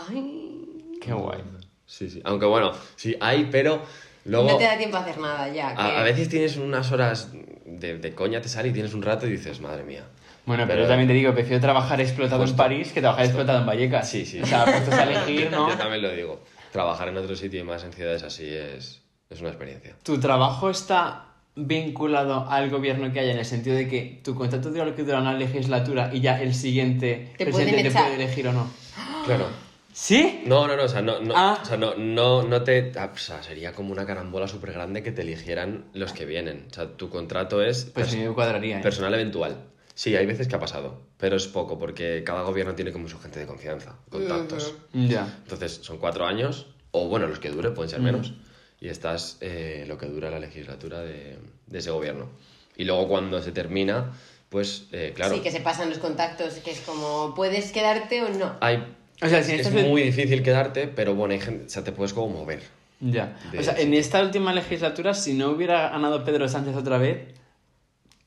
[SPEAKER 2] Ay.
[SPEAKER 3] Qué guay.
[SPEAKER 4] Sí, sí. Aunque bueno, sí hay, pero luego...
[SPEAKER 2] No te da tiempo a hacer nada ya. que-
[SPEAKER 4] A,
[SPEAKER 3] Eh.
[SPEAKER 4] a veces tienes unas horas de, de coña, te sale y tienes un rato y dices, madre mía.
[SPEAKER 3] Bueno, pero, yo también te digo, prefiero trabajar explotado en
[SPEAKER 4] Justo.
[SPEAKER 3] París que trabajar explotado en Vallecas.
[SPEAKER 4] Sí, sí.
[SPEAKER 3] O sea, puestos a elegir, ¿no?
[SPEAKER 4] [laughs] Yo también lo digo. Trabajar en otro sitio y más en ciudades así es, es una experiencia.
[SPEAKER 3] ¿Tu trabajo está vinculado al gobierno que haya en el sentido de que tu contrato dura lo que dura una legislatura y ya el siguiente
[SPEAKER 2] Te pueden
[SPEAKER 3] presidente te
[SPEAKER 2] echar.
[SPEAKER 3] puede elegir o no?
[SPEAKER 4] [gasps] Claro.
[SPEAKER 3] ¿Sí?
[SPEAKER 4] No, no, no, o sea, no, no,
[SPEAKER 3] Ah.
[SPEAKER 4] o sea, no, no, no te... ah, O sea, sería como una carambola súper grande que te eligieran los que vienen. O sea, tu contrato es
[SPEAKER 3] Pues
[SPEAKER 4] pers-
[SPEAKER 3] sí, me cuadraría. ¿eh?
[SPEAKER 4] personal eventual. Sí, hay veces que ha pasado, pero es poco porque cada gobierno tiene como su gente de confianza, contactos.
[SPEAKER 3] Ya.
[SPEAKER 4] Entonces, son cuatro años, o bueno, los que dure, pueden ser menos, y estás eh, lo que dura la legislatura de, de ese gobierno. Y luego cuando se termina, pues eh, claro,
[SPEAKER 2] Sí, que se pasan los contactos, que es como, puedes quedarte o no.
[SPEAKER 4] hay,
[SPEAKER 3] O sea, si
[SPEAKER 4] es
[SPEAKER 3] estás en- este
[SPEAKER 4] muy difícil quedarte, pero bueno, hay gente, o sea, te puedes como mover.
[SPEAKER 3] Ya.
[SPEAKER 4] De-
[SPEAKER 3] O sea, en esta última legislatura, si no hubiera ganado Pedro Sánchez otra vez,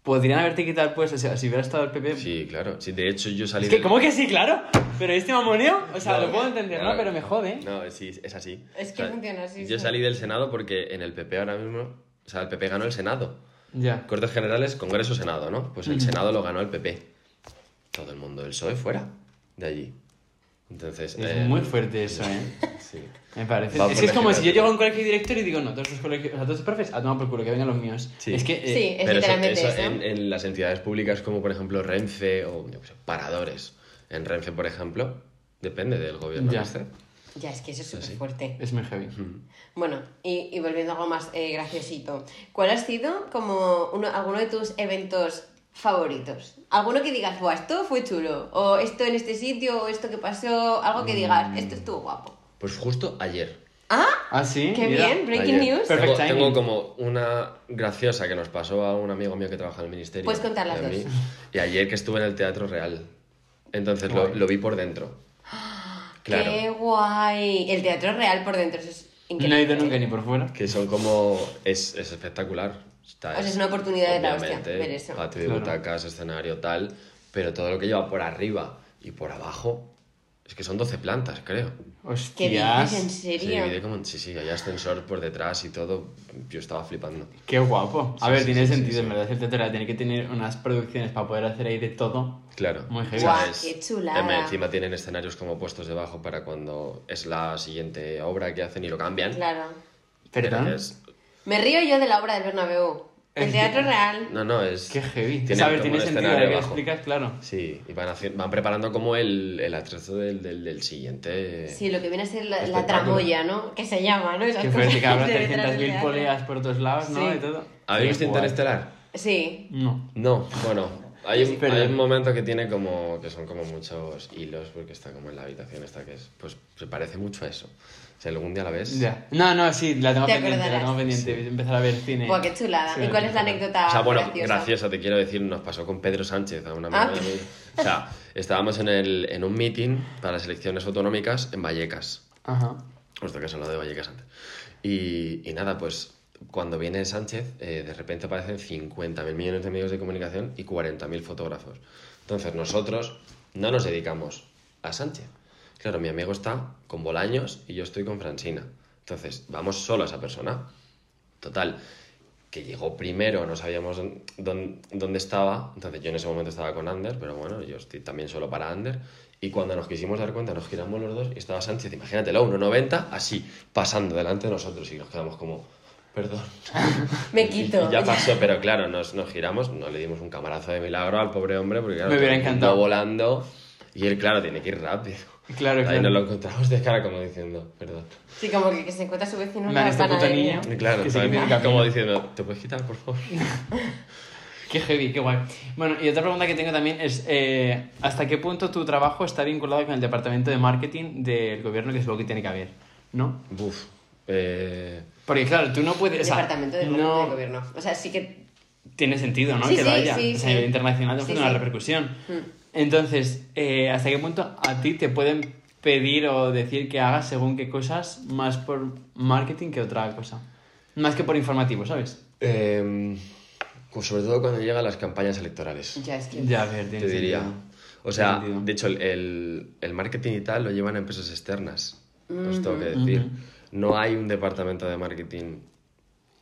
[SPEAKER 3] podrían haberte quitado el puesto. O sea, si hubiera estado el PP.
[SPEAKER 4] Sí, claro. Sí, de hecho yo salí...
[SPEAKER 3] Es que,
[SPEAKER 4] del-
[SPEAKER 3] ¿cómo que sí, claro? Pero este mamoneo, o sea,
[SPEAKER 4] No,
[SPEAKER 3] lo puedo entender, ¿no?
[SPEAKER 4] claro.
[SPEAKER 3] Pero me jode. ¿eh?
[SPEAKER 4] No, sí, es así.
[SPEAKER 2] Es que funciona así,
[SPEAKER 4] Yo
[SPEAKER 2] sí.
[SPEAKER 4] salí del Senado porque en el PP ahora mismo, o sea, el PP ganó el Senado.
[SPEAKER 3] Ya.
[SPEAKER 4] Cortes Generales, Congreso, Senado, ¿no? Pues el Senado lo ganó el PP. Todo el mundo del PSOE E fuera de allí. Entonces.
[SPEAKER 3] Es
[SPEAKER 4] eh,
[SPEAKER 3] muy fuerte eso, ¿eh?
[SPEAKER 4] Sí.
[SPEAKER 3] Me parece.
[SPEAKER 4] Va
[SPEAKER 3] es
[SPEAKER 4] por
[SPEAKER 3] que es como si yo
[SPEAKER 4] legislatura.
[SPEAKER 3] llego a un colegio director y digo, no, todos los colegios, o sea, todos los profes, a tomar por culo, que vengan los míos.
[SPEAKER 4] Sí.
[SPEAKER 3] Es que. eh,
[SPEAKER 2] Sí, es
[SPEAKER 4] Pero eso,
[SPEAKER 2] literalmente
[SPEAKER 4] eso
[SPEAKER 2] eso.
[SPEAKER 4] En, en las entidades públicas, como por ejemplo Renfe o yo qué sé, Paradores. En Renfe, por ejemplo, depende del gobierno este.
[SPEAKER 3] Ya.
[SPEAKER 4] que esté.
[SPEAKER 2] Ya, es que eso es súper fuerte.
[SPEAKER 3] Es muy heavy.
[SPEAKER 2] Bueno, y, y volviendo a algo más eh, graciosito. ¿Cuál ha sido como uno, alguno de tus eventos favoritos? ¿Alguno que digas, Buah, esto fue chulo? ¿O esto en este sitio? ¿O esto que pasó? Algo que digas,
[SPEAKER 3] Mm.
[SPEAKER 2] esto estuvo guapo.
[SPEAKER 4] Pues justo ayer.
[SPEAKER 2] ¡Ah!
[SPEAKER 3] Ah, sí.
[SPEAKER 2] ¡Qué
[SPEAKER 3] mira.
[SPEAKER 2] bien! Breaking
[SPEAKER 4] Ayer.
[SPEAKER 2] news.
[SPEAKER 3] Perfect
[SPEAKER 4] Tengo,
[SPEAKER 3] timing.
[SPEAKER 4] tengo como una graciosa que nos pasó a un amigo mío que trabaja en el ministerio.
[SPEAKER 2] Puedes contar las
[SPEAKER 4] y a
[SPEAKER 2] dos.
[SPEAKER 4] mí. Y ayer que estuve en el Teatro Real. Entonces lo,
[SPEAKER 3] Guay.
[SPEAKER 4] lo vi por
[SPEAKER 2] [gasps]
[SPEAKER 4] dentro. Claro.
[SPEAKER 2] ¡Qué guay! El teatro real por dentro eso es increíble.
[SPEAKER 3] No he ido nunca ni por fuera.
[SPEAKER 4] Que son como. Es, es espectacular. Está-
[SPEAKER 2] O sea, Pues es una oportunidad de la hostia,
[SPEAKER 4] obviamente,
[SPEAKER 2] ver eso.
[SPEAKER 4] Patio de
[SPEAKER 3] Claro.
[SPEAKER 4] butacas, escenario, tal. Pero todo lo que lleva por arriba y por abajo. Es que son 12 plantas, creo.
[SPEAKER 2] ¿Qué
[SPEAKER 3] Hostias.
[SPEAKER 2] dices? ¿En
[SPEAKER 4] Se
[SPEAKER 2] serio?
[SPEAKER 4] divide como en- Sí, sí, hay ascensor por detrás y todo. Yo estaba flipando.
[SPEAKER 3] Qué guapo. A
[SPEAKER 4] Sí,
[SPEAKER 3] ver,
[SPEAKER 4] sí,
[SPEAKER 3] tiene
[SPEAKER 4] sí, sí,
[SPEAKER 3] sentido,
[SPEAKER 4] sí.
[SPEAKER 3] en verdad, el teatro era tener que tener unas producciones para poder hacer ahí de todo.
[SPEAKER 4] Claro.
[SPEAKER 3] Muy heavy.
[SPEAKER 2] Guau,
[SPEAKER 4] es-
[SPEAKER 2] qué chulada.
[SPEAKER 4] em, Encima tienen escenarios como puestos debajo para cuando es la siguiente obra que hacen y lo cambian.
[SPEAKER 2] Claro.
[SPEAKER 3] Perdón.
[SPEAKER 4] Es-
[SPEAKER 2] Me río yo de la obra del Bernabéu. El teatro real.
[SPEAKER 4] no, no, es...
[SPEAKER 3] Qué heavy.
[SPEAKER 4] tienen
[SPEAKER 3] o sea, a ver,
[SPEAKER 4] como
[SPEAKER 3] tiene
[SPEAKER 4] un
[SPEAKER 3] sentido,
[SPEAKER 4] escenario
[SPEAKER 3] ahora que lo
[SPEAKER 4] abajo.
[SPEAKER 3] explicas, claro.
[SPEAKER 4] Sí, y van, haci- van preparando como el, el atrezo del, del, del siguiente...
[SPEAKER 2] Sí, lo que viene a ser la, la
[SPEAKER 4] Espectáculo.
[SPEAKER 2] tramoya, ¿no? Que se llama, ¿no? Esas
[SPEAKER 3] Qué fuerte,
[SPEAKER 2] cosas
[SPEAKER 3] que
[SPEAKER 2] [laughs]
[SPEAKER 3] habrá
[SPEAKER 2] de detrás del
[SPEAKER 3] 300.000
[SPEAKER 2] teatro.
[SPEAKER 3] poleas por todos lados, ¿no?
[SPEAKER 2] Sí.
[SPEAKER 3] Y todo.
[SPEAKER 4] ¿Habéis visto
[SPEAKER 3] Qué guay.
[SPEAKER 4] este Interestelar?
[SPEAKER 2] Sí.
[SPEAKER 3] No.
[SPEAKER 4] No, bueno, hay un,
[SPEAKER 3] Pero-
[SPEAKER 4] hay un momento que tiene como... que son como muchos hilos porque está como en la habitación esta que es... pues se parece mucho a eso. O sea, algún día la ves...
[SPEAKER 3] Ya. No, no, sí, la tengo
[SPEAKER 2] Te
[SPEAKER 3] pendiente, la
[SPEAKER 2] acordarás.
[SPEAKER 3] tengo pendiente. voy a Empezar a ver cine.
[SPEAKER 2] Buah, qué chulada.
[SPEAKER 3] Sí,
[SPEAKER 2] ¿Y cuál es la anécdota
[SPEAKER 4] O sea, bueno,
[SPEAKER 2] graciosa?
[SPEAKER 4] graciosa. te quiero decir, nos pasó con Pedro Sánchez, a una
[SPEAKER 2] Ah.
[SPEAKER 4] amiga mía. O sea, estábamos en, el, en un meeting para las elecciones autonómicas en Vallecas.
[SPEAKER 3] Ajá.
[SPEAKER 4] Justo que has hablado de Vallecas antes. Y, y nada, pues cuando viene Sánchez, eh, de repente aparecen 50.000 millones de medios de comunicación y 40.000 fotógrafos. Entonces nosotros no nos dedicamos a Sánchez. Claro, mi amigo está con Bolaños y yo estoy con Francina. Entonces, vamos solo a esa persona. Total, que llegó primero, no sabíamos dón- dón- dónde estaba. Entonces yo en ese momento estaba con Ander, pero bueno, yo estoy también solo para Ander. Y cuando nos quisimos dar cuenta, nos giramos los dos y estaba Sánchez, imagínatelo, 1,90, así, pasando delante de nosotros y nos quedamos como, perdón.
[SPEAKER 2] Me
[SPEAKER 4] [laughs] Y-
[SPEAKER 2] quito.
[SPEAKER 4] y ya pasó, pero claro, nos, nos giramos, no le dimos un camarazo de milagro al pobre hombre porque claro,
[SPEAKER 3] Me hubiera
[SPEAKER 4] todo el mundo
[SPEAKER 3] encantado.
[SPEAKER 4] volando y él, claro, tiene que ir rápido.
[SPEAKER 3] Claro,
[SPEAKER 4] Ahí
[SPEAKER 3] claro.
[SPEAKER 4] nos lo encontramos de cara como diciendo, perdón.
[SPEAKER 2] Sí, como que, que se encuentra a su vecino en
[SPEAKER 3] Man,
[SPEAKER 2] una
[SPEAKER 3] este puto
[SPEAKER 2] panadería.
[SPEAKER 3] niño.
[SPEAKER 4] Y Claro,
[SPEAKER 3] Que se
[SPEAKER 4] también
[SPEAKER 3] quite el
[SPEAKER 4] como
[SPEAKER 3] camino.
[SPEAKER 4] diciendo, ¿te puedes quitar,
[SPEAKER 3] [laughs]
[SPEAKER 4] por favor?
[SPEAKER 3] Qué heavy, qué guay. Bueno, y otra pregunta que tengo también es, eh, ¿hasta qué punto tu trabajo está vinculado con el departamento de marketing del gobierno que supongo que tiene que haber? ¿No?
[SPEAKER 4] Buf. Eh,
[SPEAKER 3] Porque claro, tú no puedes... o sea,
[SPEAKER 2] Departamento de
[SPEAKER 3] no
[SPEAKER 2] de Gobierno. O sea, sí que...
[SPEAKER 3] Tiene sentido, ¿no?
[SPEAKER 2] Sí,
[SPEAKER 3] que
[SPEAKER 2] sí,
[SPEAKER 3] vaya.
[SPEAKER 2] sí,
[SPEAKER 3] o sea,
[SPEAKER 2] sí.
[SPEAKER 3] a nivel internacional
[SPEAKER 2] Sí,
[SPEAKER 3] tiene una
[SPEAKER 2] sí. Mm.
[SPEAKER 3] repercusión. Entonces, eh, ¿hasta qué punto a ti te pueden pedir o decir que hagas según qué cosas más por marketing que otra cosa? Más que por informativo, ¿sabes?
[SPEAKER 4] Em, pues sobre todo cuando llegan las campañas electorales,
[SPEAKER 2] Ya, es que...
[SPEAKER 3] Ya, a ver,
[SPEAKER 4] te
[SPEAKER 3] tiene
[SPEAKER 4] diría.
[SPEAKER 3] sentido.
[SPEAKER 4] O sea,
[SPEAKER 3] sentido.
[SPEAKER 4] de hecho, el- el, el marketing y tal lo llevan a empresas externas, os tengo que decir. No hay un departamento de marketing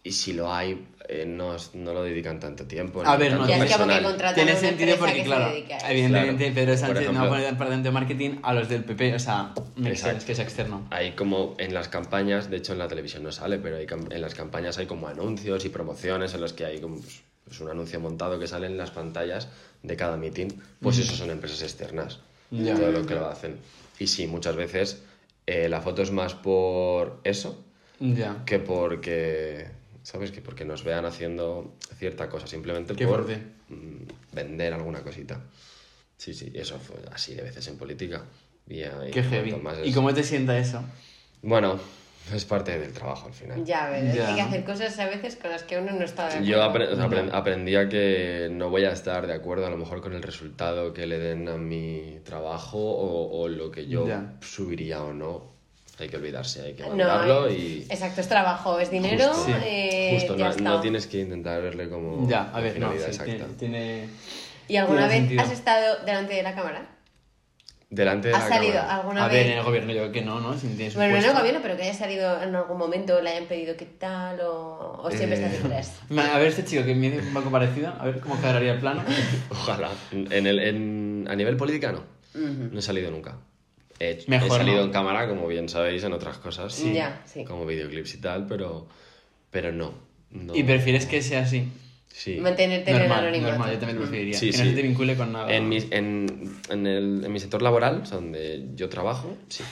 [SPEAKER 4] y si lo hay, eh, no, es- no lo dedican tanto tiempo.
[SPEAKER 3] A
[SPEAKER 4] ni
[SPEAKER 3] ver, no,
[SPEAKER 4] tanto
[SPEAKER 3] Ya, es que
[SPEAKER 2] como que
[SPEAKER 4] personal.
[SPEAKER 2] contra- Tratan a
[SPEAKER 3] Tiene
[SPEAKER 2] una
[SPEAKER 3] sentido
[SPEAKER 2] empresa que
[SPEAKER 3] porque,
[SPEAKER 2] se
[SPEAKER 3] claro,
[SPEAKER 2] dedique a eso.
[SPEAKER 3] evidentemente
[SPEAKER 4] Claro.
[SPEAKER 3] Pedro
[SPEAKER 4] Por
[SPEAKER 3] Sánchez no va a
[SPEAKER 4] ejemplo.
[SPEAKER 3] poner departamento de marketing a los del PP, o sea, me
[SPEAKER 4] Exacto.
[SPEAKER 3] que sea externo.
[SPEAKER 4] Hay como en las campañas, de hecho en la televisión no sale, pero hay cam- en las campañas hay como anuncios y promociones en los que hay como pues, pues, un anuncio montado que sale en las pantallas de cada meeting. Pues eso son empresas externas.
[SPEAKER 3] Ya.
[SPEAKER 4] Todo lo que lo hacen. Y sí, muchas veces eh, la foto es más por eso
[SPEAKER 3] Ya.
[SPEAKER 4] que porque, ¿sabes? Que porque nos vean haciendo cierta cosa, simplemente
[SPEAKER 3] Qué
[SPEAKER 4] por
[SPEAKER 3] fuerte.
[SPEAKER 4] mm, vender alguna cosita. Sí, sí, eso fue así de veces en política. Y, ahí
[SPEAKER 3] Qué heavy.
[SPEAKER 4] cuanto más
[SPEAKER 3] ¿Y
[SPEAKER 4] es-
[SPEAKER 3] cómo te sienta eso?
[SPEAKER 4] Bueno, [laughs] es parte del trabajo al final.
[SPEAKER 2] Ya, ves,
[SPEAKER 3] Ya.
[SPEAKER 2] hay que hacer cosas a veces con las que uno no está de acuerdo.
[SPEAKER 4] Yo apre- o sea, apren-
[SPEAKER 3] Ya.
[SPEAKER 4] aprendí a que no voy a estar de acuerdo a lo mejor con el resultado que le den a mi trabajo o, o lo que yo
[SPEAKER 3] Ya.
[SPEAKER 4] subiría o no. Hay que olvidarse, hay que valorarlo
[SPEAKER 2] No,
[SPEAKER 4] y...
[SPEAKER 2] exacto, es trabajo, es dinero,
[SPEAKER 4] Justo.
[SPEAKER 3] Sí.
[SPEAKER 2] eh,
[SPEAKER 4] Justo,
[SPEAKER 2] ya
[SPEAKER 4] no,
[SPEAKER 2] está.
[SPEAKER 4] no tienes que intentar verle como
[SPEAKER 3] Ya, a ver, no,
[SPEAKER 4] finalidad
[SPEAKER 3] sí,
[SPEAKER 4] exacta.
[SPEAKER 3] tiene- tiene...
[SPEAKER 2] ¿Y alguna
[SPEAKER 3] tiene
[SPEAKER 2] vez
[SPEAKER 3] sentido.
[SPEAKER 2] has estado delante de la cámara?
[SPEAKER 4] Delante de
[SPEAKER 2] ¿Has
[SPEAKER 4] la
[SPEAKER 2] salido
[SPEAKER 4] cámara.
[SPEAKER 2] alguna
[SPEAKER 3] A
[SPEAKER 2] vez?
[SPEAKER 3] ver, en el gobierno yo creo que no, ¿no? Si tienes
[SPEAKER 2] Bueno,
[SPEAKER 3] un
[SPEAKER 2] no en el
[SPEAKER 3] puesto.
[SPEAKER 2] gobierno, pero que haya salido en algún momento, le hayan pedido qué tal o, o siempre
[SPEAKER 4] Eh,
[SPEAKER 2] estás detrás.
[SPEAKER 3] Ma- A ver este chico que me dice un poco parecido, a ver cómo cuadraría el
[SPEAKER 4] [laughs]
[SPEAKER 3] plano.
[SPEAKER 4] Ojalá. En el, en- a nivel política no. No he salido nunca. He, he
[SPEAKER 3] Mejor
[SPEAKER 4] salido
[SPEAKER 3] no.
[SPEAKER 4] en cámara, como bien sabéis, en otras cosas.
[SPEAKER 2] Sí. Ya, sí.
[SPEAKER 4] Como videoclips y tal, pero, pero no, no.
[SPEAKER 3] Y prefieres que sea así.
[SPEAKER 4] Sí.
[SPEAKER 2] Mantenerte en el
[SPEAKER 3] normal,
[SPEAKER 2] anonimato.
[SPEAKER 3] normal, yo también preferiría.
[SPEAKER 4] Sí,
[SPEAKER 3] que
[SPEAKER 4] sí.
[SPEAKER 3] no se te vincule con nada.
[SPEAKER 4] En mi, en, en el- en mi sector laboral, o sea, donde yo trabajo, sí.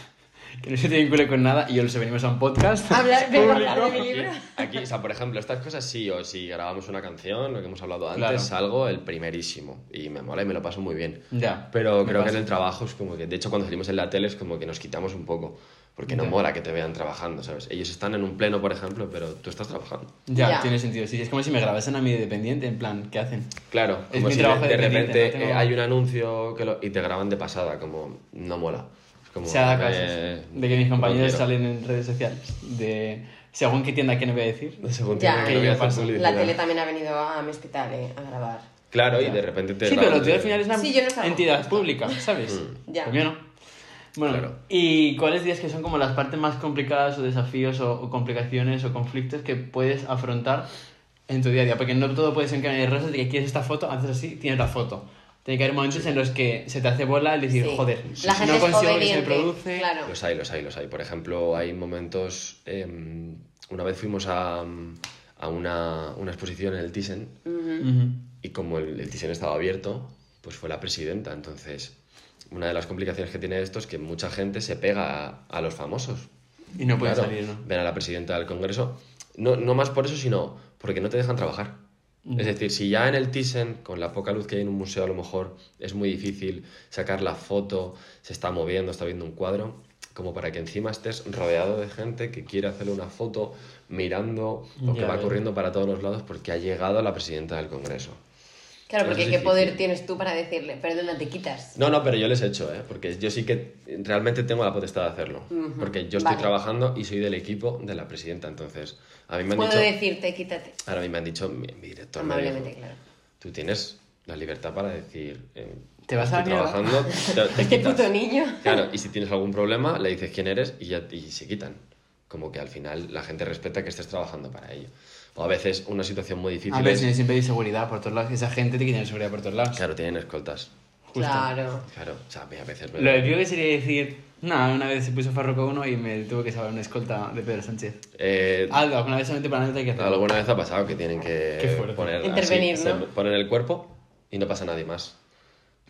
[SPEAKER 3] Que no se te vincule con nada y yo los venimos a un podcast.
[SPEAKER 2] [laughs] Hablar, vengo a
[SPEAKER 3] Público.
[SPEAKER 2] hablar de mi libro.
[SPEAKER 4] Aquí, o sea, por ejemplo, estas cosas sí, o si grabamos una canción, lo que hemos hablado antes,
[SPEAKER 3] Claro.
[SPEAKER 4] salgo el primerísimo. Y me mola y me lo paso muy bien.
[SPEAKER 3] Ya.
[SPEAKER 4] Pero
[SPEAKER 3] me
[SPEAKER 4] creo que
[SPEAKER 3] pasa.
[SPEAKER 4] en el trabajo es como que, de hecho, cuando salimos en la tele es como que nos quitamos un poco. Porque no
[SPEAKER 3] Ya.
[SPEAKER 4] mola que te vean trabajando, ¿sabes? Ellos están en un pleno, por ejemplo, pero tú estás trabajando.
[SPEAKER 3] Ya,
[SPEAKER 2] Ya.
[SPEAKER 3] tiene sentido. Sí, es como si me grabasen a mí de dependiente, en plan, ¿qué hacen?
[SPEAKER 4] Claro,
[SPEAKER 3] Es
[SPEAKER 4] como
[SPEAKER 3] mi
[SPEAKER 4] si
[SPEAKER 3] trabajo
[SPEAKER 4] de, de
[SPEAKER 3] dependiente,
[SPEAKER 4] repente
[SPEAKER 3] no tengo-
[SPEAKER 4] eh, hay un anuncio que lo- y te graban de pasada, como no mola. Es como,
[SPEAKER 3] Se ha dado casos
[SPEAKER 4] eh,
[SPEAKER 3] de que mis
[SPEAKER 4] no
[SPEAKER 3] compañeros
[SPEAKER 4] quiero.
[SPEAKER 3] salen en redes sociales. De según qué tienda que no voy a decir.
[SPEAKER 4] Según
[SPEAKER 2] Ya,
[SPEAKER 4] tiene
[SPEAKER 2] que
[SPEAKER 4] que voy a
[SPEAKER 3] ya
[SPEAKER 4] hacer
[SPEAKER 3] pasa.
[SPEAKER 4] publicidad.
[SPEAKER 2] La tele también ha venido a mi hospital eh, a grabar.
[SPEAKER 4] Claro, y de repente te
[SPEAKER 3] Sí, pero lo
[SPEAKER 4] graban
[SPEAKER 3] tuyo al
[SPEAKER 4] de- Mm.
[SPEAKER 3] final es una
[SPEAKER 2] Sí, yo no salgo.
[SPEAKER 3] entidad pública, ¿sabes?
[SPEAKER 2] Ya.
[SPEAKER 3] Lo mío no. Bueno,
[SPEAKER 4] Claro.
[SPEAKER 3] ¿y cuáles dirías que son como las partes más complicadas o desafíos o, o complicaciones o conflictos que puedes afrontar en tu día a día? Porque no todo puede ser en el rostro de que quieres esta foto, haces así, tienes la foto. Tiene que haber momentos en los que se te hace bola el decir,
[SPEAKER 2] Sí.
[SPEAKER 3] joder,
[SPEAKER 2] la gente
[SPEAKER 3] no
[SPEAKER 2] es
[SPEAKER 3] consigo que se
[SPEAKER 2] obediente,
[SPEAKER 3] produce. pues
[SPEAKER 2] Claro.
[SPEAKER 4] Los hay, los hay, los hay. Por ejemplo, hay momentos. em, una vez fuimos a, a una, una exposición en el Thyssen
[SPEAKER 3] Ujú.
[SPEAKER 4] y como el, el Thyssen estaba abierto, pues fue la presidenta. Entonces, una de las complicaciones que tiene esto es que mucha gente se pega a, a los famosos.
[SPEAKER 3] Y no puede
[SPEAKER 4] Claro,
[SPEAKER 3] salir, ¿no?
[SPEAKER 4] Ven a la presidenta del Congreso. No, no más por eso, sino porque no te dejan trabajar.
[SPEAKER 3] Mm.
[SPEAKER 4] Es decir, si ya en el Thyssen, con la poca luz que hay en un museo, a lo mejor es muy difícil sacar la foto, se está moviendo, está viendo un cuadro, como para que encima estés rodeado de gente que quiere hacerle una foto mirando o que
[SPEAKER 3] Ya,
[SPEAKER 4] va
[SPEAKER 3] ya.
[SPEAKER 4] corriendo para todos los lados porque ha llegado la presidenta del Congreso.
[SPEAKER 3] pues
[SPEAKER 2] Claro,
[SPEAKER 4] Eso
[SPEAKER 2] porque
[SPEAKER 4] es
[SPEAKER 2] qué poder
[SPEAKER 4] difícil.
[SPEAKER 2] tienes tú para decirle, perdona, te quitas.
[SPEAKER 4] No, no, pero yo les he hecho, ¿eh? porque yo sí que realmente tengo la potestad de hacerlo. Porque yo estoy
[SPEAKER 2] Vale.
[SPEAKER 4] trabajando y soy del equipo de la presidenta, entonces a mí me han
[SPEAKER 2] Puedo
[SPEAKER 4] dicho...
[SPEAKER 2] decirte, quítate.
[SPEAKER 4] Ahora a mí me han dicho, mi, mi director me dijo,
[SPEAKER 2] Amablemente, claro.
[SPEAKER 4] tú tienes la libertad para decir, eh,
[SPEAKER 3] Te vas a
[SPEAKER 4] estoy
[SPEAKER 3] la mierda".
[SPEAKER 2] [laughs]
[SPEAKER 4] trabajando, te, te
[SPEAKER 2] Este
[SPEAKER 4] quitas.
[SPEAKER 2] puto niño.
[SPEAKER 4] Claro, y si tienes algún problema, le dices quién eres y, ya, y se quitan. Como que al final la gente respeta que estés trabajando para ello. O a veces una situación muy difícil
[SPEAKER 3] A ver,
[SPEAKER 4] es-
[SPEAKER 3] si siempre hay seguridad por todos lados. Esa gente tiene que tener seguridad por todos lados.
[SPEAKER 4] Claro, tienen escoltas.
[SPEAKER 3] Justo.
[SPEAKER 2] Claro.
[SPEAKER 4] Claro, o sea, a mí a veces me...
[SPEAKER 3] Lo épico que sería decir, nada, una vez se puso Farroco uno y me tuvo que salvar una escolta de Pedro Sánchez.
[SPEAKER 4] Eh,
[SPEAKER 3] Algo, alguna vez solamente para nada hay que hacer.
[SPEAKER 4] alguna vez ha pasado que tienen
[SPEAKER 3] Qué
[SPEAKER 4] que
[SPEAKER 3] fuerte.
[SPEAKER 4] poner así,
[SPEAKER 2] Intervenir,
[SPEAKER 4] se
[SPEAKER 2] ¿no?
[SPEAKER 4] ponen el cuerpo y no pasa nadie más.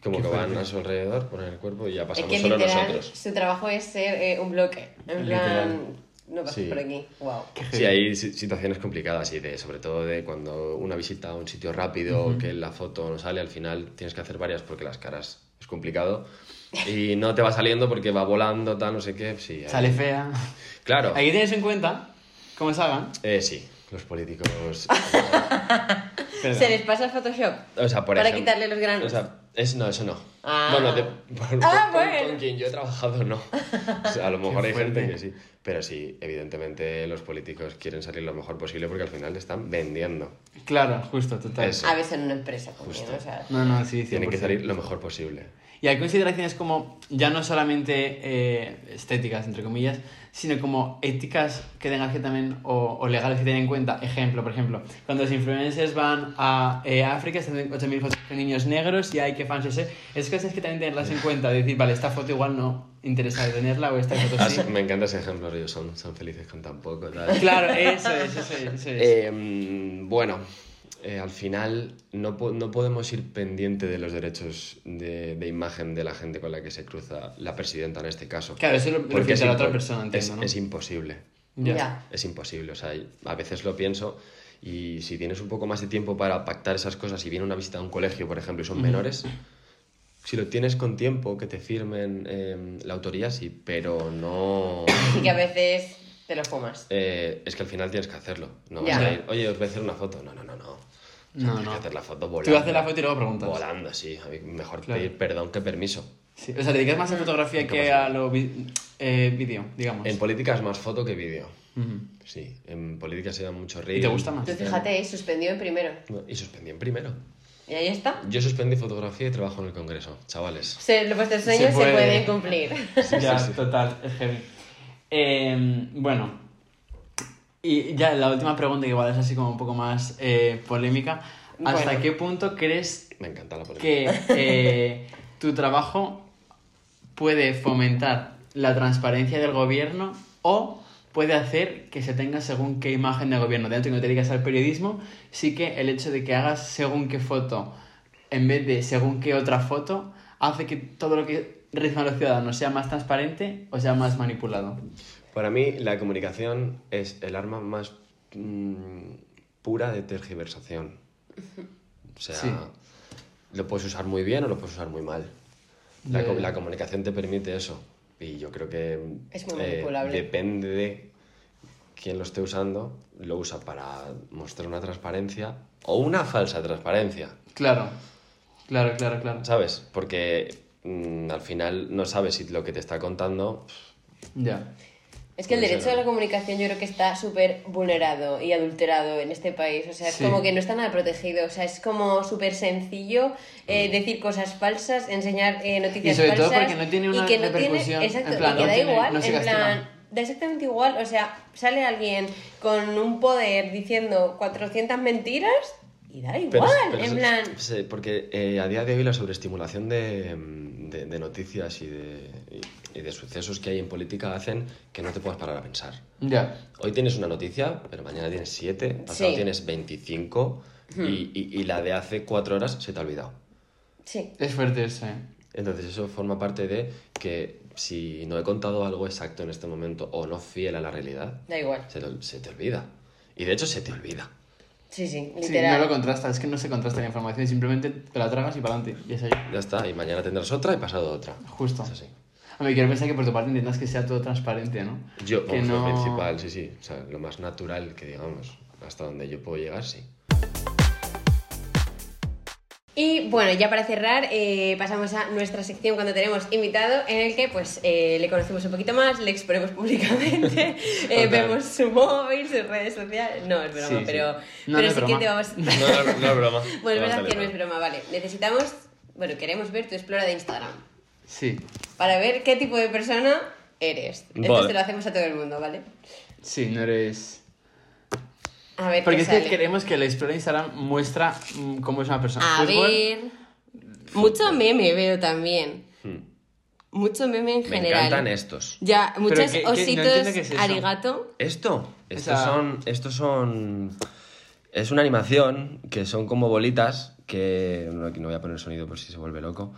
[SPEAKER 4] Como
[SPEAKER 3] Qué
[SPEAKER 4] que van
[SPEAKER 3] fuerte.
[SPEAKER 4] a su alrededor, ponen el cuerpo y ya
[SPEAKER 2] Es
[SPEAKER 4] pasamos
[SPEAKER 2] que
[SPEAKER 4] solo
[SPEAKER 2] literal,
[SPEAKER 4] nosotros.
[SPEAKER 2] su trabajo es ser eh, un bloque. En plan,
[SPEAKER 3] Literal.
[SPEAKER 2] no pases
[SPEAKER 4] Sí.
[SPEAKER 2] por aquí. Wow.
[SPEAKER 4] Sí, hay si- situaciones complicadas y de, sobre todo de cuando una visita a un sitio rápido, que la foto no sale, al final tienes que hacer varias porque las caras es complicado y no te va saliendo porque va volando, tal, no sé qué. Sí, hay-
[SPEAKER 3] Sale fea.
[SPEAKER 4] Claro.
[SPEAKER 3] Ahí tienes en cuenta cómo salgan.
[SPEAKER 4] Eh, sí, los
[SPEAKER 2] [laughs]
[SPEAKER 4] políticos.
[SPEAKER 3] Perdón.
[SPEAKER 2] Se les pasa el Photoshop.
[SPEAKER 4] O sea, por
[SPEAKER 2] Para
[SPEAKER 4] ejem-
[SPEAKER 2] quitarle los granos.
[SPEAKER 4] O sea, es, no, eso no.
[SPEAKER 2] Ah.
[SPEAKER 4] Bueno, de- por-
[SPEAKER 2] Ah,
[SPEAKER 4] con,
[SPEAKER 2] bueno.
[SPEAKER 4] con quien yo he trabajado no. O sea, a lo
[SPEAKER 3] [laughs]
[SPEAKER 4] mejor
[SPEAKER 3] Qué
[SPEAKER 4] hay gente
[SPEAKER 3] fuerte.
[SPEAKER 4] que sí. Pero sí, evidentemente los políticos quieren salir lo mejor posible porque al final le están vendiendo.
[SPEAKER 3] Claro, justo, total.
[SPEAKER 4] Eso.
[SPEAKER 2] A veces en una empresa también,
[SPEAKER 4] Justo.
[SPEAKER 2] o sea.
[SPEAKER 3] No, no, sí, sí.
[SPEAKER 4] Tienen que salir lo mejor posible.
[SPEAKER 3] Y hay consideraciones como, ya no solamente eh, estéticas, entre comillas, sino como éticas que tengas que también, o, o legales que tener en cuenta. Ejemplo, por ejemplo, cuando los influencers van a eh, África, se hacen 8.000 fotos con niños negros y hay que fans, ese. Esas cosas que también tenerlas en cuenta, de decir, vale, esta foto igual no interesa tenerla o esta foto
[SPEAKER 4] Ah,
[SPEAKER 3] sí.
[SPEAKER 4] sí, Me encanta ese ejemplo, ellos son, son felices con tan poco. tal.
[SPEAKER 3] Claro, eso es, eso es, eso es.
[SPEAKER 4] Eh, bueno, eh, al final no, po- no podemos ir pendiente de los derechos de, de imagen de la gente con la que se cruza la presidenta en este caso.
[SPEAKER 3] Claro, eso lo- lo
[SPEAKER 4] Porque
[SPEAKER 3] piensa
[SPEAKER 4] es
[SPEAKER 3] la otra
[SPEAKER 4] impo-
[SPEAKER 3] persona, entiendo,
[SPEAKER 4] es-
[SPEAKER 3] ¿no?
[SPEAKER 4] es imposible
[SPEAKER 3] Ya.
[SPEAKER 2] Ya.
[SPEAKER 4] es imposible. O sea, y a veces lo pienso y si tienes un poco más de tiempo para pactar esas cosas y viene una visita a un colegio, por ejemplo, y son menores, si lo tienes con tiempo, que te firmen eh, la autoría, sí, pero no...
[SPEAKER 2] Así que a veces te lo fumas.
[SPEAKER 4] eh, es que al final tienes que hacerlo. No
[SPEAKER 2] Ya.
[SPEAKER 4] vas a ir, oye, os voy a hacer una foto. No, no, no, no. O sea,
[SPEAKER 3] No,
[SPEAKER 4] tienes
[SPEAKER 3] no.
[SPEAKER 4] que hacer la foto volando.
[SPEAKER 3] Tú haces la foto y luego preguntas.
[SPEAKER 4] Volando, sí. A mí Mejor
[SPEAKER 3] Claro.
[SPEAKER 4] pedir perdón que permiso.
[SPEAKER 3] Sí, O sea, te dedicas más a fotografía
[SPEAKER 4] ¿Qué
[SPEAKER 3] que
[SPEAKER 4] pasa?
[SPEAKER 3] a lo vi- eh, vídeo, digamos.
[SPEAKER 4] En política es más foto que vídeo.
[SPEAKER 3] Ujú.
[SPEAKER 4] Sí, en política se da mucho reel.
[SPEAKER 3] ¿Y te gusta más?
[SPEAKER 2] Tú fíjate, ¿eh? suspendió en primero.
[SPEAKER 4] No, Y suspendí en primero.
[SPEAKER 2] Y ahí está.
[SPEAKER 4] Yo suspendí fotografía y trabajo en el Congreso, chavales.
[SPEAKER 2] Se, lo- vuestros sueños se,
[SPEAKER 3] puede.
[SPEAKER 2] pueden cumplir.
[SPEAKER 3] ya, total, es heavy. Eh, bueno, y ya la última pregunta, que igual es así como un poco más eh, polémica. ¿Hasta
[SPEAKER 2] Bueno.
[SPEAKER 3] qué punto crees
[SPEAKER 4] Me encanta la polémica.
[SPEAKER 3] que eh, tu trabajo puede fomentar la transparencia del gobierno o puede hacer que se tenga según qué imagen de gobierno. Dentro que no te dedicas al periodismo, sí que el hecho de que hagas según qué foto en vez de según qué otra foto hace que todo lo que reciban los ciudadanos sea más transparente o sea más manipulado.
[SPEAKER 4] Para mí, la comunicación es el arma más mm, pura de tergiversación. O sea,
[SPEAKER 3] Sí.
[SPEAKER 4] lo puedes usar muy bien o lo puedes usar muy mal. La,
[SPEAKER 3] Ya,
[SPEAKER 4] co-
[SPEAKER 3] ya.
[SPEAKER 4] la comunicación te permite eso. Y yo creo que. mm,
[SPEAKER 2] Es muy manipulable.
[SPEAKER 4] depende de quién lo esté usando, lo usa para mostrar una transparencia o una falsa transparencia.
[SPEAKER 3] Claro, claro, claro, claro.
[SPEAKER 4] ¿Sabes? Porque mm, al final no sabes si lo que te está contando.
[SPEAKER 3] Ya.
[SPEAKER 2] Es que el
[SPEAKER 4] Puede
[SPEAKER 2] derecho
[SPEAKER 4] ser.
[SPEAKER 2] a la comunicación yo creo que está súper vulnerado y adulterado en este país. O sea, es
[SPEAKER 3] Sí.
[SPEAKER 2] como que no está nada protegido. O sea, es como súper sencillo eh, decir cosas falsas, enseñar eh, noticias
[SPEAKER 3] Mm. Y sobre todo
[SPEAKER 2] falsas.
[SPEAKER 3] porque no tiene una
[SPEAKER 2] y que no tiene-
[SPEAKER 3] repercusión,
[SPEAKER 2] exacto,
[SPEAKER 3] en plan,
[SPEAKER 2] y que
[SPEAKER 3] no
[SPEAKER 2] da
[SPEAKER 3] tiene-
[SPEAKER 2] igual.
[SPEAKER 3] no se
[SPEAKER 2] en
[SPEAKER 3] castiga.
[SPEAKER 2] plan, da exactamente igual. O sea, sale alguien con un poder diciendo 400 mentiras y da igual.
[SPEAKER 4] pero
[SPEAKER 2] en
[SPEAKER 4] se-
[SPEAKER 2] plan,
[SPEAKER 4] se- porque eh, a día de hoy la sobreestimulación de, mm, de- de noticias y de, y- y de sucesos que hay en política hacen que no te puedas parar a pensar.
[SPEAKER 3] Ya.
[SPEAKER 4] Hoy tienes una noticia, pero mañana tienes 7, pasado
[SPEAKER 2] Sí. Hmm.
[SPEAKER 4] tienes 25 y, y- y la de hace 4 horas se te ha olvidado.
[SPEAKER 2] sí.
[SPEAKER 3] Es fuerte eso. eh.
[SPEAKER 4] Entonces eso forma parte de que si no he contado algo exacto en este momento o no fiel a la realidad,
[SPEAKER 2] Da igual.
[SPEAKER 4] se te- se te olvida. Y de hecho se te olvida.
[SPEAKER 2] Sí, sí,
[SPEAKER 3] Sí,
[SPEAKER 2] literal.
[SPEAKER 3] no lo contrasta, es que no se contrasta la información, simplemente te la tragas y para adelante. Y es ahí.
[SPEAKER 4] Ya está, y mañana tendrás otra y pasado otra.
[SPEAKER 3] Justo.
[SPEAKER 4] Es así.
[SPEAKER 3] A mí quiero pensar que por tu parte intentas que sea todo transparente, ¿no?
[SPEAKER 4] Yo,
[SPEAKER 3] que
[SPEAKER 4] vamos, lo principal, sí, sí. O sea, lo más natural que digamos, hasta donde yo puedo llegar, sí.
[SPEAKER 2] Y bueno, ya para cerrar, eh, pasamos a nuestra sección cuando tenemos invitado, en el que pues eh, le conocemos un poquito más, le exponemos
[SPEAKER 3] [laughs]
[SPEAKER 2] públicamente, eh,
[SPEAKER 4] Total.
[SPEAKER 2] vemos su móvil, sus redes sociales. No, es broma,
[SPEAKER 3] Sí, sí.
[SPEAKER 2] pero,
[SPEAKER 3] No,
[SPEAKER 2] pero
[SPEAKER 3] no es
[SPEAKER 2] sí que
[SPEAKER 3] broma.
[SPEAKER 2] te
[SPEAKER 3] [laughs]
[SPEAKER 2] vamos.
[SPEAKER 4] No,
[SPEAKER 2] [laughs]
[SPEAKER 4] no, no es
[SPEAKER 2] bueno,
[SPEAKER 4] broma.
[SPEAKER 2] es verdad
[SPEAKER 4] Vamos,
[SPEAKER 2] que no
[SPEAKER 4] dale,
[SPEAKER 2] es broma, vale. Necesitamos, bueno, queremos ver tu explora de Instagram
[SPEAKER 3] Sí,
[SPEAKER 2] para ver qué tipo de persona eres. Entonces
[SPEAKER 4] Vale.
[SPEAKER 2] te lo hacemos a todo el mundo, ¿vale?
[SPEAKER 3] sí, no eres.
[SPEAKER 2] A ver,
[SPEAKER 3] Porque
[SPEAKER 2] qué
[SPEAKER 3] es
[SPEAKER 2] sale.
[SPEAKER 3] que creemos que el Explorer Instagram muestra mm, cómo es una persona.
[SPEAKER 2] A
[SPEAKER 3] Fútbol,
[SPEAKER 2] ver. Mucho meme veo también.
[SPEAKER 3] Hmm.
[SPEAKER 2] Mucho meme en
[SPEAKER 4] Me
[SPEAKER 2] general.
[SPEAKER 4] encantan estos.
[SPEAKER 2] Ya, muchos
[SPEAKER 3] qué- qué- no
[SPEAKER 2] ositos
[SPEAKER 3] entiendo qué es eso.
[SPEAKER 2] arigato.
[SPEAKER 4] Esto, estos
[SPEAKER 3] sea-
[SPEAKER 4] son, estos son, es una animación que son como bolitas que no, aquí no voy a poner sonido por si se vuelve loco,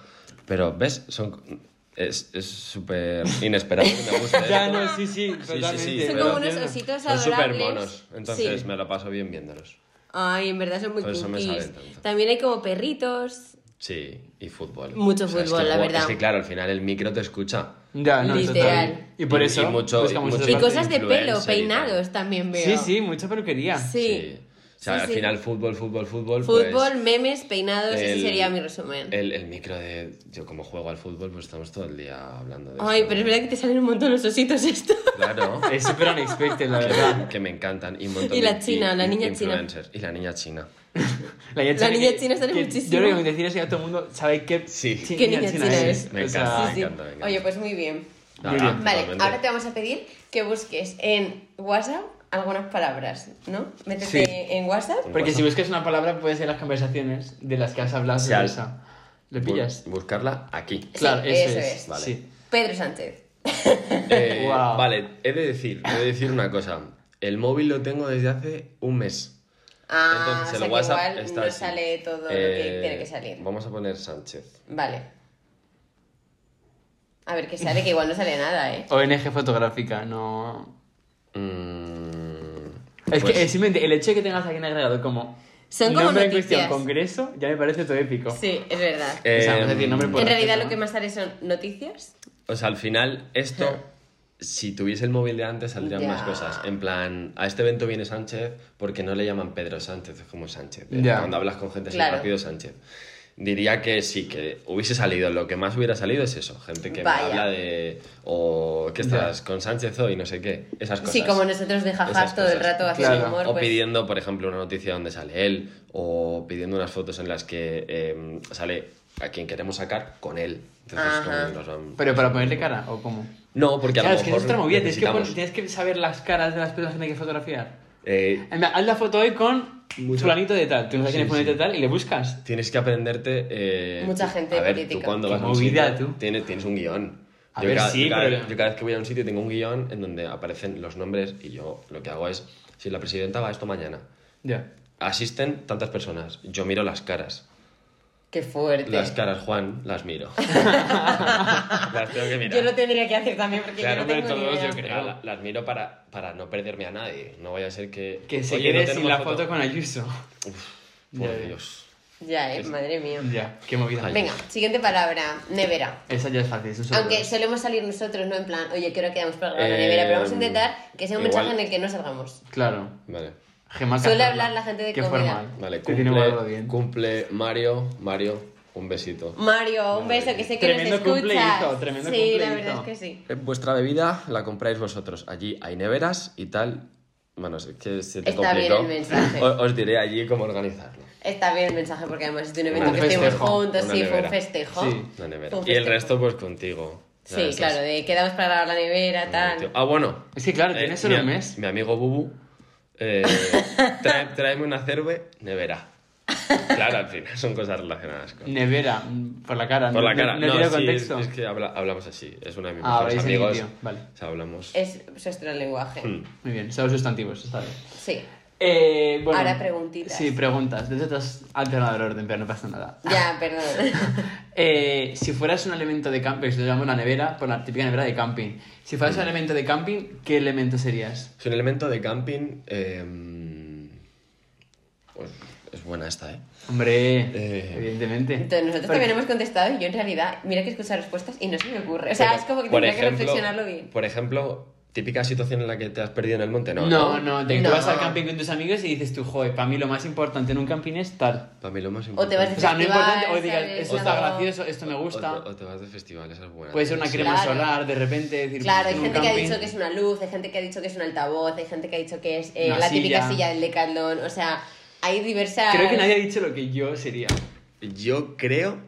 [SPEAKER 4] pero ves, son es es súper inesperado que me guste. ¿eh?
[SPEAKER 3] [laughs] Ya,
[SPEAKER 4] esto.
[SPEAKER 3] no, sí, sí, totalmente.
[SPEAKER 4] sí,
[SPEAKER 2] Son
[SPEAKER 4] pero-
[SPEAKER 2] como unos
[SPEAKER 3] Entiendo.
[SPEAKER 2] ositos
[SPEAKER 4] Son
[SPEAKER 2] adorables.
[SPEAKER 4] súper monos, entonces
[SPEAKER 2] Sí.
[SPEAKER 4] me lo paso bien viéndolos.
[SPEAKER 2] Ay, en verdad son muy
[SPEAKER 4] Por eso me
[SPEAKER 2] kinkies.
[SPEAKER 4] salen tanto.
[SPEAKER 2] También hay como perritos.
[SPEAKER 4] Sí, y fútbol.
[SPEAKER 2] Mucho
[SPEAKER 4] es
[SPEAKER 2] fútbol,
[SPEAKER 4] que
[SPEAKER 2] la
[SPEAKER 4] juego-
[SPEAKER 2] verdad.
[SPEAKER 4] Es que claro, al final el micro te escucha.
[SPEAKER 3] Ya, no,
[SPEAKER 2] Literal.
[SPEAKER 3] total. Y por
[SPEAKER 4] Y-
[SPEAKER 3] eso.
[SPEAKER 4] y mucho-
[SPEAKER 3] buscamos
[SPEAKER 4] y mucho-
[SPEAKER 3] esa
[SPEAKER 2] Y
[SPEAKER 4] parte
[SPEAKER 2] cosas de pelo,
[SPEAKER 4] influencer y tal.
[SPEAKER 2] peinados también veo.
[SPEAKER 3] Sí, sí, mucha peluquería.
[SPEAKER 2] Sí.
[SPEAKER 4] O sea,
[SPEAKER 2] Sí,
[SPEAKER 4] al
[SPEAKER 2] sí.
[SPEAKER 4] final fútbol, fútbol, fútbol. pues,
[SPEAKER 2] Fútbol, memes, peinados, ese
[SPEAKER 4] el-
[SPEAKER 2] sería mi resumen.
[SPEAKER 4] el, el micro de. Yo, como juego al fútbol, pues estamos todo el día hablando de.
[SPEAKER 2] Ay,
[SPEAKER 4] esto.
[SPEAKER 2] pero es verdad que te salen un montón los ositos estos. [laughs]
[SPEAKER 4] Claro.
[SPEAKER 3] Es súper unexpected, la verdad.
[SPEAKER 4] que, que me encantan. Y, un montón
[SPEAKER 2] Y la
[SPEAKER 4] de-
[SPEAKER 2] china, la niña china.
[SPEAKER 4] influencers. Y la niña china.
[SPEAKER 3] La niña
[SPEAKER 2] La niña
[SPEAKER 3] que-
[SPEAKER 2] china sale
[SPEAKER 3] que
[SPEAKER 2] muchísimo.
[SPEAKER 3] Yo lo que voy a decir es que ya todo el mundo sabe qué,
[SPEAKER 4] Sí.
[SPEAKER 2] Qué niña china es.
[SPEAKER 4] Ah, Me
[SPEAKER 3] O sea,
[SPEAKER 4] encanta.
[SPEAKER 2] Sí, sí.
[SPEAKER 4] encanta, me encanta.
[SPEAKER 2] Oye, pues muy bien.
[SPEAKER 3] Muy
[SPEAKER 4] Ah,
[SPEAKER 3] bien.
[SPEAKER 2] Vale,
[SPEAKER 4] totalmente.
[SPEAKER 2] ahora te vamos a pedir que busques en WhatsApp algunas palabras, ¿no? Métete
[SPEAKER 3] Sí.
[SPEAKER 2] en WhatsApp.
[SPEAKER 3] Porque si buscas una palabra, puedes ir a las conversaciones de las que has hablado sobre
[SPEAKER 4] Sal.
[SPEAKER 3] esa. ¿Lo
[SPEAKER 4] Bu-
[SPEAKER 3] pillas?
[SPEAKER 4] Buscarla
[SPEAKER 2] [laughs]
[SPEAKER 4] aquí.
[SPEAKER 3] Claro,
[SPEAKER 2] Sí,
[SPEAKER 3] eso,
[SPEAKER 2] eso
[SPEAKER 3] es.
[SPEAKER 2] es.
[SPEAKER 4] Vale.
[SPEAKER 3] Sí.
[SPEAKER 2] Pedro Sánchez.
[SPEAKER 4] Eh,
[SPEAKER 3] Guau.
[SPEAKER 4] Vale, he de decir, he de decir una cosa. El móvil lo tengo desde hace un mes.
[SPEAKER 2] Ah,
[SPEAKER 4] Entonces
[SPEAKER 2] o sea
[SPEAKER 4] el
[SPEAKER 2] que
[SPEAKER 4] WhatsApp
[SPEAKER 2] igual
[SPEAKER 4] está
[SPEAKER 2] no
[SPEAKER 4] así.
[SPEAKER 2] sale todo lo que
[SPEAKER 4] Eh,
[SPEAKER 2] tiene que salir.
[SPEAKER 4] Vamos a poner Sánchez.
[SPEAKER 2] Vale. A ver qué sale, que igual no sale nada, ¿eh?
[SPEAKER 3] ONG fotográfica, no.
[SPEAKER 4] Mm,
[SPEAKER 3] Es
[SPEAKER 4] pues,
[SPEAKER 3] que eh, simplemente el hecho de que tengas aquí en agregado como.
[SPEAKER 2] Son como
[SPEAKER 3] nombre en
[SPEAKER 2] noticias.
[SPEAKER 3] cuestión, congreso, ya me parece todo épico.
[SPEAKER 2] Sí, es verdad.
[SPEAKER 4] eh,
[SPEAKER 3] O sea, es decir, nombre por
[SPEAKER 2] en realidad
[SPEAKER 3] respeto,
[SPEAKER 2] lo que más sale son noticias.
[SPEAKER 4] O sea, al final, esto, si tuviese el móvil de antes, saldrían
[SPEAKER 2] Ya.
[SPEAKER 4] más cosas. En plan, a este evento viene Sánchez porque no le llaman Pedro Sánchez, es como Sánchez. ¿eh?
[SPEAKER 3] Ya.
[SPEAKER 4] Cuando hablas con gente es
[SPEAKER 2] Claro.
[SPEAKER 4] el partido Sánchez. Diría que sí, que hubiese salido. Lo que más hubiera salido es eso. Gente que me
[SPEAKER 2] Vaya.
[SPEAKER 4] habla de. O que estás con Sánchez hoy, no sé qué. Esas cosas.
[SPEAKER 2] Sí, como nosotros de
[SPEAKER 4] Esas
[SPEAKER 2] jajas todo el
[SPEAKER 4] cosas.
[SPEAKER 2] rato haciendo
[SPEAKER 3] Claro.
[SPEAKER 2] humor.
[SPEAKER 4] O
[SPEAKER 2] pues-
[SPEAKER 4] pidiendo, por ejemplo, una noticia donde sale él, o pidiendo unas fotos en las que eh, sale a quien queremos sacar con él. Entonces, como
[SPEAKER 2] Ajá.
[SPEAKER 4] nos van-
[SPEAKER 3] Pero para ponerle cara, ¿o cómo?
[SPEAKER 4] No, porque a
[SPEAKER 3] claro,
[SPEAKER 4] lo
[SPEAKER 3] es que
[SPEAKER 4] mejor
[SPEAKER 3] es otra movida, tienes que, pon-
[SPEAKER 4] necesitamos,
[SPEAKER 3] tienes que saber las caras de las personas que tienes que fotografiar.
[SPEAKER 4] eh,
[SPEAKER 3] Eh, mira, Haz la foto hoy con
[SPEAKER 4] Mucho-
[SPEAKER 3] fulanito de tal, tú no sabes
[SPEAKER 4] Sí,
[SPEAKER 3] quién es fulanito
[SPEAKER 4] sí.
[SPEAKER 3] de tal y le buscas.
[SPEAKER 4] tienes que aprenderte... eh,
[SPEAKER 2] Mucha
[SPEAKER 4] tú-
[SPEAKER 2] gente
[SPEAKER 4] a ver,
[SPEAKER 2] política.
[SPEAKER 4] Tú cuando
[SPEAKER 3] Qué
[SPEAKER 4] vas a un
[SPEAKER 3] movida,
[SPEAKER 4] sitio,
[SPEAKER 3] tú.
[SPEAKER 4] Tienes, tienes un guión.
[SPEAKER 3] A ver, sí,
[SPEAKER 4] cada,
[SPEAKER 3] pero-
[SPEAKER 4] yo cada vez que voy a un sitio tengo un guión en donde aparecen los nombres y yo lo que hago es, si la presidenta va esto mañana,
[SPEAKER 3] Ya.
[SPEAKER 4] asisten tantas personas, yo miro las caras.
[SPEAKER 2] Qué fuerte.
[SPEAKER 4] Las caras, Juan,
[SPEAKER 2] [laughs]
[SPEAKER 4] las miro. las tengo que mirar.
[SPEAKER 2] Yo lo tendría que hacer también porque
[SPEAKER 4] Claro,
[SPEAKER 2] yo no
[SPEAKER 4] hombre,
[SPEAKER 2] tengo ni
[SPEAKER 3] todos
[SPEAKER 2] idea.
[SPEAKER 3] yo creo.
[SPEAKER 4] Pero la- las miro para, para no perderme a nadie. No vaya a ser que...
[SPEAKER 3] Que se
[SPEAKER 4] Oye, ¿no
[SPEAKER 3] quede sin
[SPEAKER 4] tenemos
[SPEAKER 3] la foto, con Ayuso.
[SPEAKER 4] Por
[SPEAKER 3] Ya, ya.
[SPEAKER 4] Dios.
[SPEAKER 2] Ya, eh, madre mía.
[SPEAKER 3] Ya, qué movida.
[SPEAKER 4] Ay.
[SPEAKER 2] Venga, siguiente palabra, nevera.
[SPEAKER 3] Esa ya es fácil, eso seguro.
[SPEAKER 2] Aunque solemos salir nosotros, no en plan, oye, ¿qué hora quedamos para grabar la
[SPEAKER 4] Eh,
[SPEAKER 2] nevera? Pero vamos a intentar que sea un
[SPEAKER 4] igual-
[SPEAKER 2] mensaje en el que no salgamos.
[SPEAKER 3] Claro.
[SPEAKER 4] Vale.
[SPEAKER 3] Gemma
[SPEAKER 2] Suele
[SPEAKER 3] Cazorla.
[SPEAKER 2] hablar la gente de
[SPEAKER 3] Qué
[SPEAKER 2] comida.
[SPEAKER 3] formal.
[SPEAKER 4] Vale,
[SPEAKER 3] Te Este tiene guardado
[SPEAKER 4] cumple,
[SPEAKER 3] bien.
[SPEAKER 4] cumple Mario, Mario, un besito.
[SPEAKER 2] Mario, un beso, que sé que
[SPEAKER 3] Tremendo
[SPEAKER 2] nos escuchas.
[SPEAKER 3] cumple hizo, tremendo
[SPEAKER 2] sí,
[SPEAKER 3] cumple
[SPEAKER 2] la verdad
[SPEAKER 3] hizo.
[SPEAKER 2] es que sí.
[SPEAKER 4] Eh, Vuestra bebida la compráis vosotros. Allí hay neveras y tal. Bueno, es que se te
[SPEAKER 2] Está bien
[SPEAKER 4] complicó.
[SPEAKER 2] el mensaje.
[SPEAKER 4] O- Os diré allí cómo organizarlo.
[SPEAKER 2] Está bien el mensaje porque además es de un evento
[SPEAKER 3] Un
[SPEAKER 2] que estuvimos
[SPEAKER 3] festejo,
[SPEAKER 2] juntos,
[SPEAKER 4] una
[SPEAKER 2] sí, fue un
[SPEAKER 4] nevera.
[SPEAKER 2] festejo.
[SPEAKER 3] Sí.
[SPEAKER 4] La nevera.
[SPEAKER 2] Fue un
[SPEAKER 4] Y el
[SPEAKER 2] festejo.
[SPEAKER 4] resto, pues contigo.
[SPEAKER 2] Sí,
[SPEAKER 4] Ya estás.
[SPEAKER 2] claro, de quedamos para grabar la nevera,
[SPEAKER 4] Tío.
[SPEAKER 2] tal.
[SPEAKER 4] Ah, bueno.
[SPEAKER 3] Es que claro, tienes solo
[SPEAKER 4] mi
[SPEAKER 3] un
[SPEAKER 4] am-
[SPEAKER 3] mes.
[SPEAKER 4] Mi amigo Bubu,
[SPEAKER 3] [laughs]
[SPEAKER 4] eh, trae- tráeme una cerve, nevera. Claro, al final son cosas relacionadas con.
[SPEAKER 3] Nevera, mm, por la cara.
[SPEAKER 4] Por
[SPEAKER 3] no-
[SPEAKER 4] la cara,
[SPEAKER 3] No,
[SPEAKER 4] no,
[SPEAKER 3] no tiene
[SPEAKER 4] sí,
[SPEAKER 3] contexto.
[SPEAKER 4] Es, es que habla- hablamos así, es una de mis
[SPEAKER 3] Ah,
[SPEAKER 4] mejores
[SPEAKER 3] habláis en
[SPEAKER 4] amigos.
[SPEAKER 3] sitio, vale.
[SPEAKER 4] O sea, hablamos.
[SPEAKER 2] Es nuestro lenguaje.
[SPEAKER 4] Mm.
[SPEAKER 3] Muy bien, son sustantivos, está bien.
[SPEAKER 2] Sí.
[SPEAKER 3] Eh, bueno,
[SPEAKER 2] Ahora preguntitas.
[SPEAKER 3] Sí, preguntas. De hecho, te has alternado el orden, pero no pasa nada.
[SPEAKER 2] Ya,
[SPEAKER 4] [laughs]
[SPEAKER 2] perdón.
[SPEAKER 3] Eh, si fueras un elemento de camping, si te llamo una nevera, por la típica nevera de camping. Si fueras un elemento de camping, ¿qué elemento serías?
[SPEAKER 4] Es un elemento de camping. eh, pues, es buena esta, ¿eh?
[SPEAKER 3] Hombre,
[SPEAKER 4] Eh,
[SPEAKER 3] evidentemente.
[SPEAKER 2] Entonces, nosotros
[SPEAKER 3] Porque-
[SPEAKER 2] también hemos contestado y yo en realidad, mira que escuchar respuestas y no se me ocurre. O sea,
[SPEAKER 4] Pero,
[SPEAKER 2] es como que
[SPEAKER 4] por
[SPEAKER 2] tendría que
[SPEAKER 4] ejemplo-
[SPEAKER 2] reflexionarlo bien.
[SPEAKER 4] Por ejemplo, típica situación en la que te has perdido en el monte, ¿no?
[SPEAKER 3] No, no, te
[SPEAKER 2] No.
[SPEAKER 3] tú vas al camping con tus amigos y dices tú, joder, para mí lo más importante en un camping es tal.
[SPEAKER 4] Para mí lo más
[SPEAKER 2] O
[SPEAKER 4] importante.
[SPEAKER 2] te vas de
[SPEAKER 3] O sea, no
[SPEAKER 2] festival,
[SPEAKER 3] importante, o digas,
[SPEAKER 2] sales
[SPEAKER 3] esto está
[SPEAKER 2] luego-
[SPEAKER 3] gracioso, esto me gusta.
[SPEAKER 4] O te, o te vas de festival, esa es buena.
[SPEAKER 3] Puede ser una
[SPEAKER 4] Sí.
[SPEAKER 3] crema
[SPEAKER 2] Claro.
[SPEAKER 3] solar, de repente decir, "Pues
[SPEAKER 2] Claro, hay
[SPEAKER 3] en un
[SPEAKER 2] gente que ha
[SPEAKER 3] camping.
[SPEAKER 2] dicho que es una luz, hay gente que ha dicho que es un altavoz, hay gente que ha dicho que es eh,
[SPEAKER 3] Una
[SPEAKER 2] la típica
[SPEAKER 3] silla.
[SPEAKER 2] silla del decaldón. O sea, hay diversas.
[SPEAKER 3] Creo que nadie ha dicho lo que yo sería.
[SPEAKER 4] Yo creo.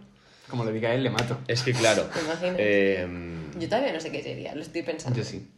[SPEAKER 3] Como lo diga él, le mato.
[SPEAKER 4] Es que, claro.
[SPEAKER 2] [laughs] ¿Te imaginas?
[SPEAKER 4] eh,
[SPEAKER 2] Yo todavía no sé qué sería, lo estoy pensando.
[SPEAKER 3] Yo sí.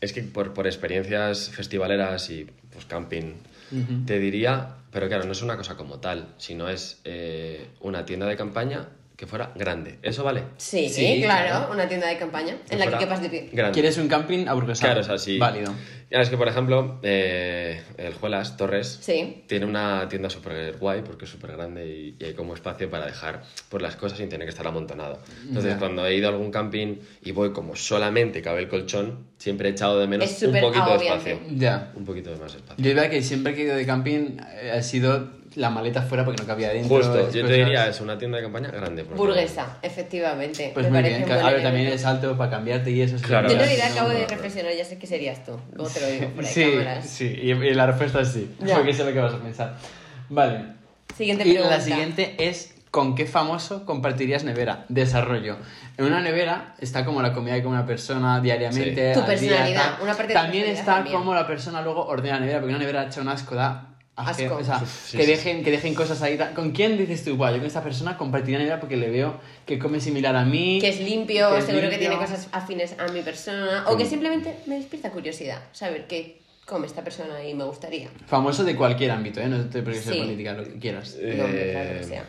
[SPEAKER 4] Es que por, por experiencias festivaleras y pues camping,
[SPEAKER 3] Ujú.
[SPEAKER 4] te diría, pero claro, no es una cosa como tal, sino es eh, una tienda de campaña que fuera grande. ¿Eso vale?
[SPEAKER 2] Sí,
[SPEAKER 3] Sí,
[SPEAKER 2] claro,
[SPEAKER 3] claro.
[SPEAKER 2] una tienda de campaña en la que
[SPEAKER 4] fuera
[SPEAKER 2] quepas de pie.
[SPEAKER 4] Grande.
[SPEAKER 3] ¿Quieres un camping aburguesado?
[SPEAKER 4] Claro, o sea, sí.
[SPEAKER 3] Válido.
[SPEAKER 4] Ya es que, por ejemplo, eh, el Juelas Torres
[SPEAKER 2] Sí.
[SPEAKER 4] tiene una tienda súper guay porque es súper grande y, y hay como espacio para dejar por las cosas sin tener que estar amontonado. Entonces,
[SPEAKER 3] Ya.
[SPEAKER 4] cuando he ido a algún camping y voy como solamente cabe el colchón, siempre he echado de menos
[SPEAKER 2] Es
[SPEAKER 4] un
[SPEAKER 2] súper
[SPEAKER 4] poquito
[SPEAKER 2] agobiante.
[SPEAKER 4] de espacio.
[SPEAKER 3] Ya.
[SPEAKER 4] Un poquito de más espacio.
[SPEAKER 3] Yo es verdad que siempre que he ido de camping eh, ha sido la maleta fuera porque no cabía dentro.
[SPEAKER 4] Justo, yo
[SPEAKER 3] esas
[SPEAKER 4] te
[SPEAKER 3] cosas.
[SPEAKER 4] diría, es una tienda de campaña grande. porque-
[SPEAKER 2] Burguesa, efectivamente.
[SPEAKER 3] Pues
[SPEAKER 2] me
[SPEAKER 3] muy
[SPEAKER 2] parece
[SPEAKER 3] bien,
[SPEAKER 2] un
[SPEAKER 3] claro.
[SPEAKER 2] buen
[SPEAKER 3] A ver, también
[SPEAKER 2] elemento.
[SPEAKER 3] es alto para cambiarte y eso. sí.
[SPEAKER 4] Claro.
[SPEAKER 2] Yo en
[SPEAKER 4] Ahora,
[SPEAKER 2] realidad
[SPEAKER 4] no,
[SPEAKER 2] acabo de
[SPEAKER 4] no, no.
[SPEAKER 2] reflexionar, ya sé que serías tú. Luego te lo digo por ahí,
[SPEAKER 3] Sí,
[SPEAKER 2] cámaras.
[SPEAKER 3] sí, y, y la respuesta es sí,
[SPEAKER 2] Ya.
[SPEAKER 3] [laughs] porque sé lo que vas a pensar. Vale.
[SPEAKER 2] Siguiente
[SPEAKER 3] Y
[SPEAKER 2] pregunta.
[SPEAKER 3] la siguiente es, ¿con qué famoso compartirías nevera? Desarrollo. En una nevera está como la comida que come una persona diariamente.
[SPEAKER 2] Sí. Tu
[SPEAKER 3] al
[SPEAKER 2] personalidad,
[SPEAKER 3] tal.
[SPEAKER 2] una parte de tu
[SPEAKER 3] También
[SPEAKER 2] personalidad
[SPEAKER 3] está
[SPEAKER 2] también.
[SPEAKER 3] como la persona luego ordena la nevera, porque una nevera hecha un asco, da... aje-
[SPEAKER 2] Asco.
[SPEAKER 3] O sea,
[SPEAKER 4] Sí,
[SPEAKER 3] que,
[SPEAKER 4] sí,
[SPEAKER 3] dejen, que dejen cosas ahí. da- ¿Con quién dices tú? Guau, yo con esta persona compartiría nevera porque le veo que come similar a mí.
[SPEAKER 2] Que es limpio,
[SPEAKER 3] que es
[SPEAKER 2] seguro que tiene
[SPEAKER 3] limpio.
[SPEAKER 2] cosas afines a mi persona. O que simplemente me despierta curiosidad saber qué come esta persona y me gustaría.
[SPEAKER 3] Famoso de cualquier ámbito, ¿eh? No te preocupes de
[SPEAKER 2] Sí.
[SPEAKER 3] política, lo que quieras.
[SPEAKER 4] Eh,
[SPEAKER 2] No, hombre, claro, o sea.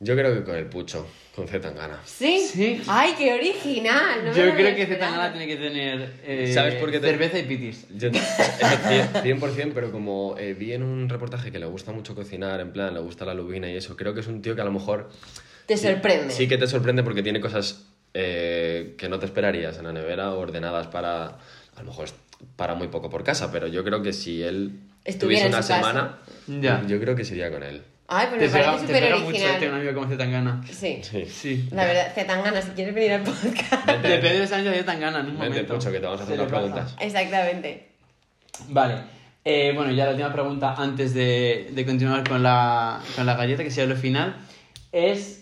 [SPEAKER 4] Yo creo que con el pucho. Con Z tan ganas.
[SPEAKER 2] ¿Sí?
[SPEAKER 3] Sí.
[SPEAKER 2] ¡Ay, qué original! No me lo
[SPEAKER 3] Yo
[SPEAKER 2] había
[SPEAKER 3] creo que este
[SPEAKER 2] esperado.
[SPEAKER 3] Zetangana tiene que tener eh,
[SPEAKER 4] ¿Sabes por qué te- [laughs]
[SPEAKER 3] cerveza y pitis.
[SPEAKER 4] Yo, eso 100%, 100%, pero como eh, vi en un reportaje que le gusta mucho cocinar, en plan, le gusta la lubina y eso, creo que es un tío que a lo mejor
[SPEAKER 2] Te sorprende.
[SPEAKER 4] Sí que te sorprende porque tiene cosas eh, que no te esperarías en la nevera, ordenadas para, a lo mejor es para muy poco por casa, pero yo creo que si él
[SPEAKER 2] Estuviera
[SPEAKER 4] tuviese
[SPEAKER 2] en
[SPEAKER 4] una
[SPEAKER 2] su casa.
[SPEAKER 4] semana,
[SPEAKER 3] Ya.
[SPEAKER 4] yo creo que sería con él.
[SPEAKER 2] Ay, pues
[SPEAKER 3] te
[SPEAKER 2] me
[SPEAKER 3] pega,
[SPEAKER 2] parece
[SPEAKER 3] te
[SPEAKER 2] súper
[SPEAKER 3] pega mucho tener un
[SPEAKER 2] original.
[SPEAKER 3] amigo como Zetangana.
[SPEAKER 2] Sí.
[SPEAKER 4] Sí.
[SPEAKER 3] Sí.
[SPEAKER 2] La verdad, Zetangana, si quieres venir al podcast. [laughs]
[SPEAKER 4] Vente,
[SPEAKER 3] De Pedro Sánchez de Zetangana en un
[SPEAKER 4] Vente,
[SPEAKER 3] momento.
[SPEAKER 4] Pucho, que te vamos a hacer
[SPEAKER 3] Se
[SPEAKER 4] unas
[SPEAKER 3] le baja.
[SPEAKER 4] preguntas.
[SPEAKER 2] Exactamente.
[SPEAKER 3] Vale. Eh, bueno, ya la última pregunta antes de, de continuar con la, con la galleta, que sea lo final, es...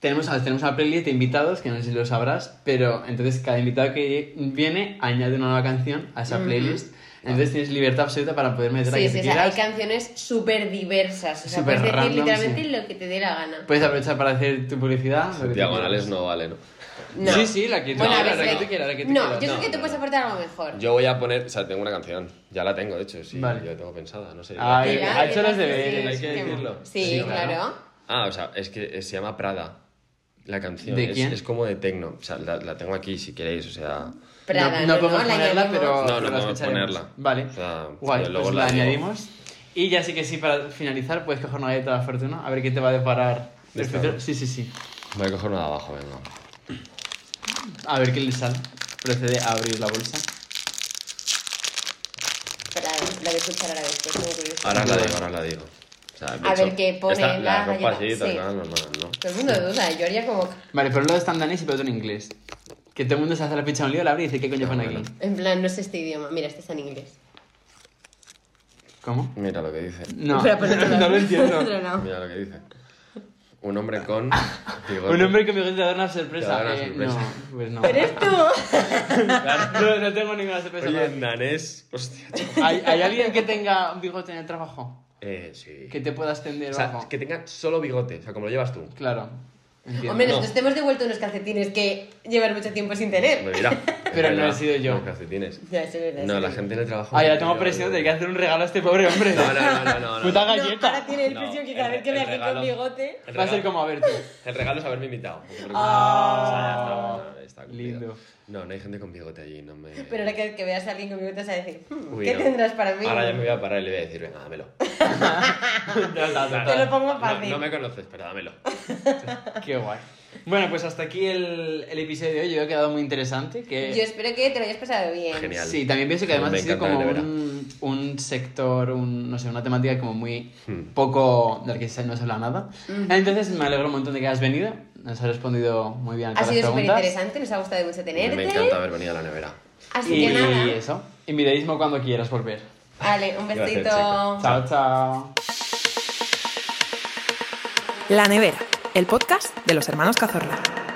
[SPEAKER 3] Tenemos, a- tenemos una playlist de invitados, que no sé si lo sabrás, pero entonces cada invitado que viene añade una nueva canción a esa playlist. Entonces tienes libertad absoluta para poder meter la
[SPEAKER 2] Sí,
[SPEAKER 3] que
[SPEAKER 2] sí,
[SPEAKER 3] tú
[SPEAKER 2] o sea, hay
[SPEAKER 3] quieras.
[SPEAKER 2] canciones súper diversas. O sea,
[SPEAKER 3] Súper
[SPEAKER 2] puedes decir
[SPEAKER 3] random,
[SPEAKER 2] literalmente
[SPEAKER 3] sí.
[SPEAKER 2] lo que te dé la gana.
[SPEAKER 3] Puedes aprovechar para hacer tu publicidad. lo que tú
[SPEAKER 4] Diagonales
[SPEAKER 3] quieras.
[SPEAKER 4] no vale, ¿no?
[SPEAKER 2] No.
[SPEAKER 3] Sí, sí, la que tú
[SPEAKER 2] Bueno, a
[SPEAKER 3] quieras,
[SPEAKER 2] ver,
[SPEAKER 3] la
[SPEAKER 2] sí.
[SPEAKER 3] que tú quieras, la que tú
[SPEAKER 2] No,
[SPEAKER 3] quieras.
[SPEAKER 2] yo
[SPEAKER 3] No,
[SPEAKER 2] creo que tú puedes aportar algo mejor.
[SPEAKER 4] Yo voy a poner, o sea, tengo una canción, ya la tengo, de hecho, sí,
[SPEAKER 3] Vale.
[SPEAKER 4] yo la tengo pensada, no sé.
[SPEAKER 3] Ay,
[SPEAKER 2] Pilar,
[SPEAKER 3] ha hecho
[SPEAKER 2] ¿qué
[SPEAKER 3] los
[SPEAKER 2] tal?
[SPEAKER 3] deberes,
[SPEAKER 4] hay que decirlo.
[SPEAKER 2] Sí,
[SPEAKER 4] Sí,
[SPEAKER 2] claro.
[SPEAKER 3] claro.
[SPEAKER 4] Ah, o sea, es que eh, se llama Prada. La canción
[SPEAKER 3] ¿De
[SPEAKER 4] es,
[SPEAKER 3] quién?
[SPEAKER 4] es como de tecno, o sea, la, la tengo aquí si queréis, o sea,
[SPEAKER 2] Prada,
[SPEAKER 3] no,
[SPEAKER 2] no,
[SPEAKER 3] no podemos
[SPEAKER 2] La
[SPEAKER 3] ponerla,
[SPEAKER 2] añadimos.
[SPEAKER 3] pero.
[SPEAKER 4] No,
[SPEAKER 3] pero
[SPEAKER 4] no
[SPEAKER 3] la
[SPEAKER 4] podemos
[SPEAKER 3] escucharemos.
[SPEAKER 4] ponerla.
[SPEAKER 3] Vale.
[SPEAKER 4] O sea,
[SPEAKER 3] Guay,
[SPEAKER 4] pero luego
[SPEAKER 3] pues
[SPEAKER 4] la
[SPEAKER 3] la,
[SPEAKER 4] digo.
[SPEAKER 3] añadimos. Y ya sí que sí, para finalizar, puedes coger una galleta de la fortuna, a ver qué te va a deparar. el
[SPEAKER 4] Esta,
[SPEAKER 3] futuro.
[SPEAKER 4] ¿no?
[SPEAKER 3] Sí, sí, sí.
[SPEAKER 4] voy a coger una de abajo, venga.
[SPEAKER 3] A ver qué le sale. Procede a abrir la bolsa.
[SPEAKER 2] Prada, la voy a escuchar ahora después. tengo curiosidad.
[SPEAKER 4] Ahora la digo, ahora la digo. O sea, de
[SPEAKER 2] A
[SPEAKER 4] hecho,
[SPEAKER 2] ver qué pone la
[SPEAKER 4] esta- la ropa
[SPEAKER 2] galleta,
[SPEAKER 4] así, tal,
[SPEAKER 2] sí.
[SPEAKER 4] tal, normal, ¿no?
[SPEAKER 2] Todo el mundo duda, yo haría como.
[SPEAKER 3] Vale, por un lado está en danés y por otro en inglés. Que todo el mundo se hace la pincha un lío, la abre y dice, ¿qué coño
[SPEAKER 4] Ah,
[SPEAKER 3] pone
[SPEAKER 4] bueno.
[SPEAKER 3] aquí?
[SPEAKER 2] En plan, no es este idioma. Mira, este está en inglés.
[SPEAKER 3] ¿Cómo?
[SPEAKER 4] Mira lo que dice.
[SPEAKER 3] No,
[SPEAKER 2] Pero
[SPEAKER 3] [laughs]
[SPEAKER 2] por otro lado.
[SPEAKER 3] no
[SPEAKER 2] [laughs]
[SPEAKER 3] lo entiendo.
[SPEAKER 4] [laughs]
[SPEAKER 2] Otro lado.
[SPEAKER 4] Mira lo que dice. Un hombre con bigote.
[SPEAKER 3] Un hombre que me gusta dar una sorpresa.
[SPEAKER 4] Te va a dar una
[SPEAKER 3] Eh,
[SPEAKER 4] sorpresa.
[SPEAKER 3] No, pues no.
[SPEAKER 2] ¿Eres tú?
[SPEAKER 3] [laughs] No, no tengo ninguna sorpresa.
[SPEAKER 4] Oye,
[SPEAKER 3] para
[SPEAKER 4] en danés. Hostia, chaval.
[SPEAKER 3] ti. ¿Hay, hay alguien que tenga un bigote en el trabajo?
[SPEAKER 4] Eh, sí.
[SPEAKER 3] Que te puedas tender
[SPEAKER 4] O
[SPEAKER 3] o
[SPEAKER 4] sea,
[SPEAKER 3] algo.
[SPEAKER 4] que tenga solo bigote, o sea, como lo llevas tú.
[SPEAKER 3] Claro. Entiendo.
[SPEAKER 2] Hombre,
[SPEAKER 4] No.
[SPEAKER 2] nosotros te hemos devuelto unos calcetines que llevar mucho tiempo sin tener.
[SPEAKER 3] [laughs]
[SPEAKER 4] Me dirá.
[SPEAKER 3] Pero
[SPEAKER 4] Me
[SPEAKER 3] no
[SPEAKER 4] dirá,
[SPEAKER 3] he sido yo.
[SPEAKER 4] Con calcetines.
[SPEAKER 2] Ya, eso es verdad.
[SPEAKER 4] No,
[SPEAKER 2] sí.
[SPEAKER 4] la gente en el trabajo.
[SPEAKER 3] Ah, ya
[SPEAKER 4] no,
[SPEAKER 3] tengo
[SPEAKER 4] yo-
[SPEAKER 3] presión de que hacer un regalo a este pobre hombre.
[SPEAKER 4] No, no, no, no. no, no.
[SPEAKER 3] Puta
[SPEAKER 2] No,
[SPEAKER 3] galleta.
[SPEAKER 2] ahora tiene el
[SPEAKER 4] No,
[SPEAKER 2] precio que
[SPEAKER 4] el-
[SPEAKER 2] cada vez que
[SPEAKER 4] el
[SPEAKER 2] me hace
[SPEAKER 4] regalo.
[SPEAKER 2] con bigote.
[SPEAKER 4] El
[SPEAKER 3] Va a ser
[SPEAKER 4] regalo-
[SPEAKER 3] como a ver tú.
[SPEAKER 4] El regalo es haberme invitado. No te preocupes.
[SPEAKER 3] Ah.
[SPEAKER 4] O sea, ya está, está cumplido.
[SPEAKER 3] Lindo.
[SPEAKER 4] No, no hay gente con bigote allí, no me.
[SPEAKER 2] Pero ahora que, que veas a alguien con bigote vas a decir, hmm,
[SPEAKER 4] Uy,
[SPEAKER 2] ¿qué
[SPEAKER 4] no.
[SPEAKER 2] tendrás para mí?
[SPEAKER 4] Ahora ya me voy a parar y le voy a decir, venga, dámelo.
[SPEAKER 3] Ya está,
[SPEAKER 4] [laughs]
[SPEAKER 2] Te
[SPEAKER 3] total.
[SPEAKER 2] lo pongo
[SPEAKER 4] No,
[SPEAKER 2] fácil.
[SPEAKER 4] no me conoces, pero dámelo.
[SPEAKER 3] Qué guay. Bueno, pues hasta aquí el, el episodio de hoy. Yo he quedado muy interesante. Que...
[SPEAKER 2] Yo espero que te lo hayas pasado bien.
[SPEAKER 4] Genial.
[SPEAKER 3] Sí, también pienso que además
[SPEAKER 4] Me
[SPEAKER 3] ha sido
[SPEAKER 4] encanta
[SPEAKER 3] como
[SPEAKER 4] la nevera.
[SPEAKER 3] un, un sector, un, no sé, una temática como muy
[SPEAKER 4] Hmm.
[SPEAKER 3] poco del que se- no se habla nada.
[SPEAKER 2] Hmm.
[SPEAKER 3] Entonces me alegro un montón de que has venido. Nos has respondido muy bien a
[SPEAKER 2] Ha
[SPEAKER 3] todas
[SPEAKER 2] sido
[SPEAKER 3] las
[SPEAKER 2] súper
[SPEAKER 3] preguntas.
[SPEAKER 2] interesante, nos ha gustado mucho tenerte.
[SPEAKER 4] Me encanta haber venido a la nevera.
[SPEAKER 2] Así
[SPEAKER 3] Y
[SPEAKER 2] que nada.
[SPEAKER 3] eso. Invideísmo cuando quieras volver.
[SPEAKER 2] Vale, un
[SPEAKER 4] Gracias,
[SPEAKER 2] besito.
[SPEAKER 4] chicos.
[SPEAKER 3] Chao, chao.
[SPEAKER 1] La Nevera, el podcast de los hermanos Cazorla.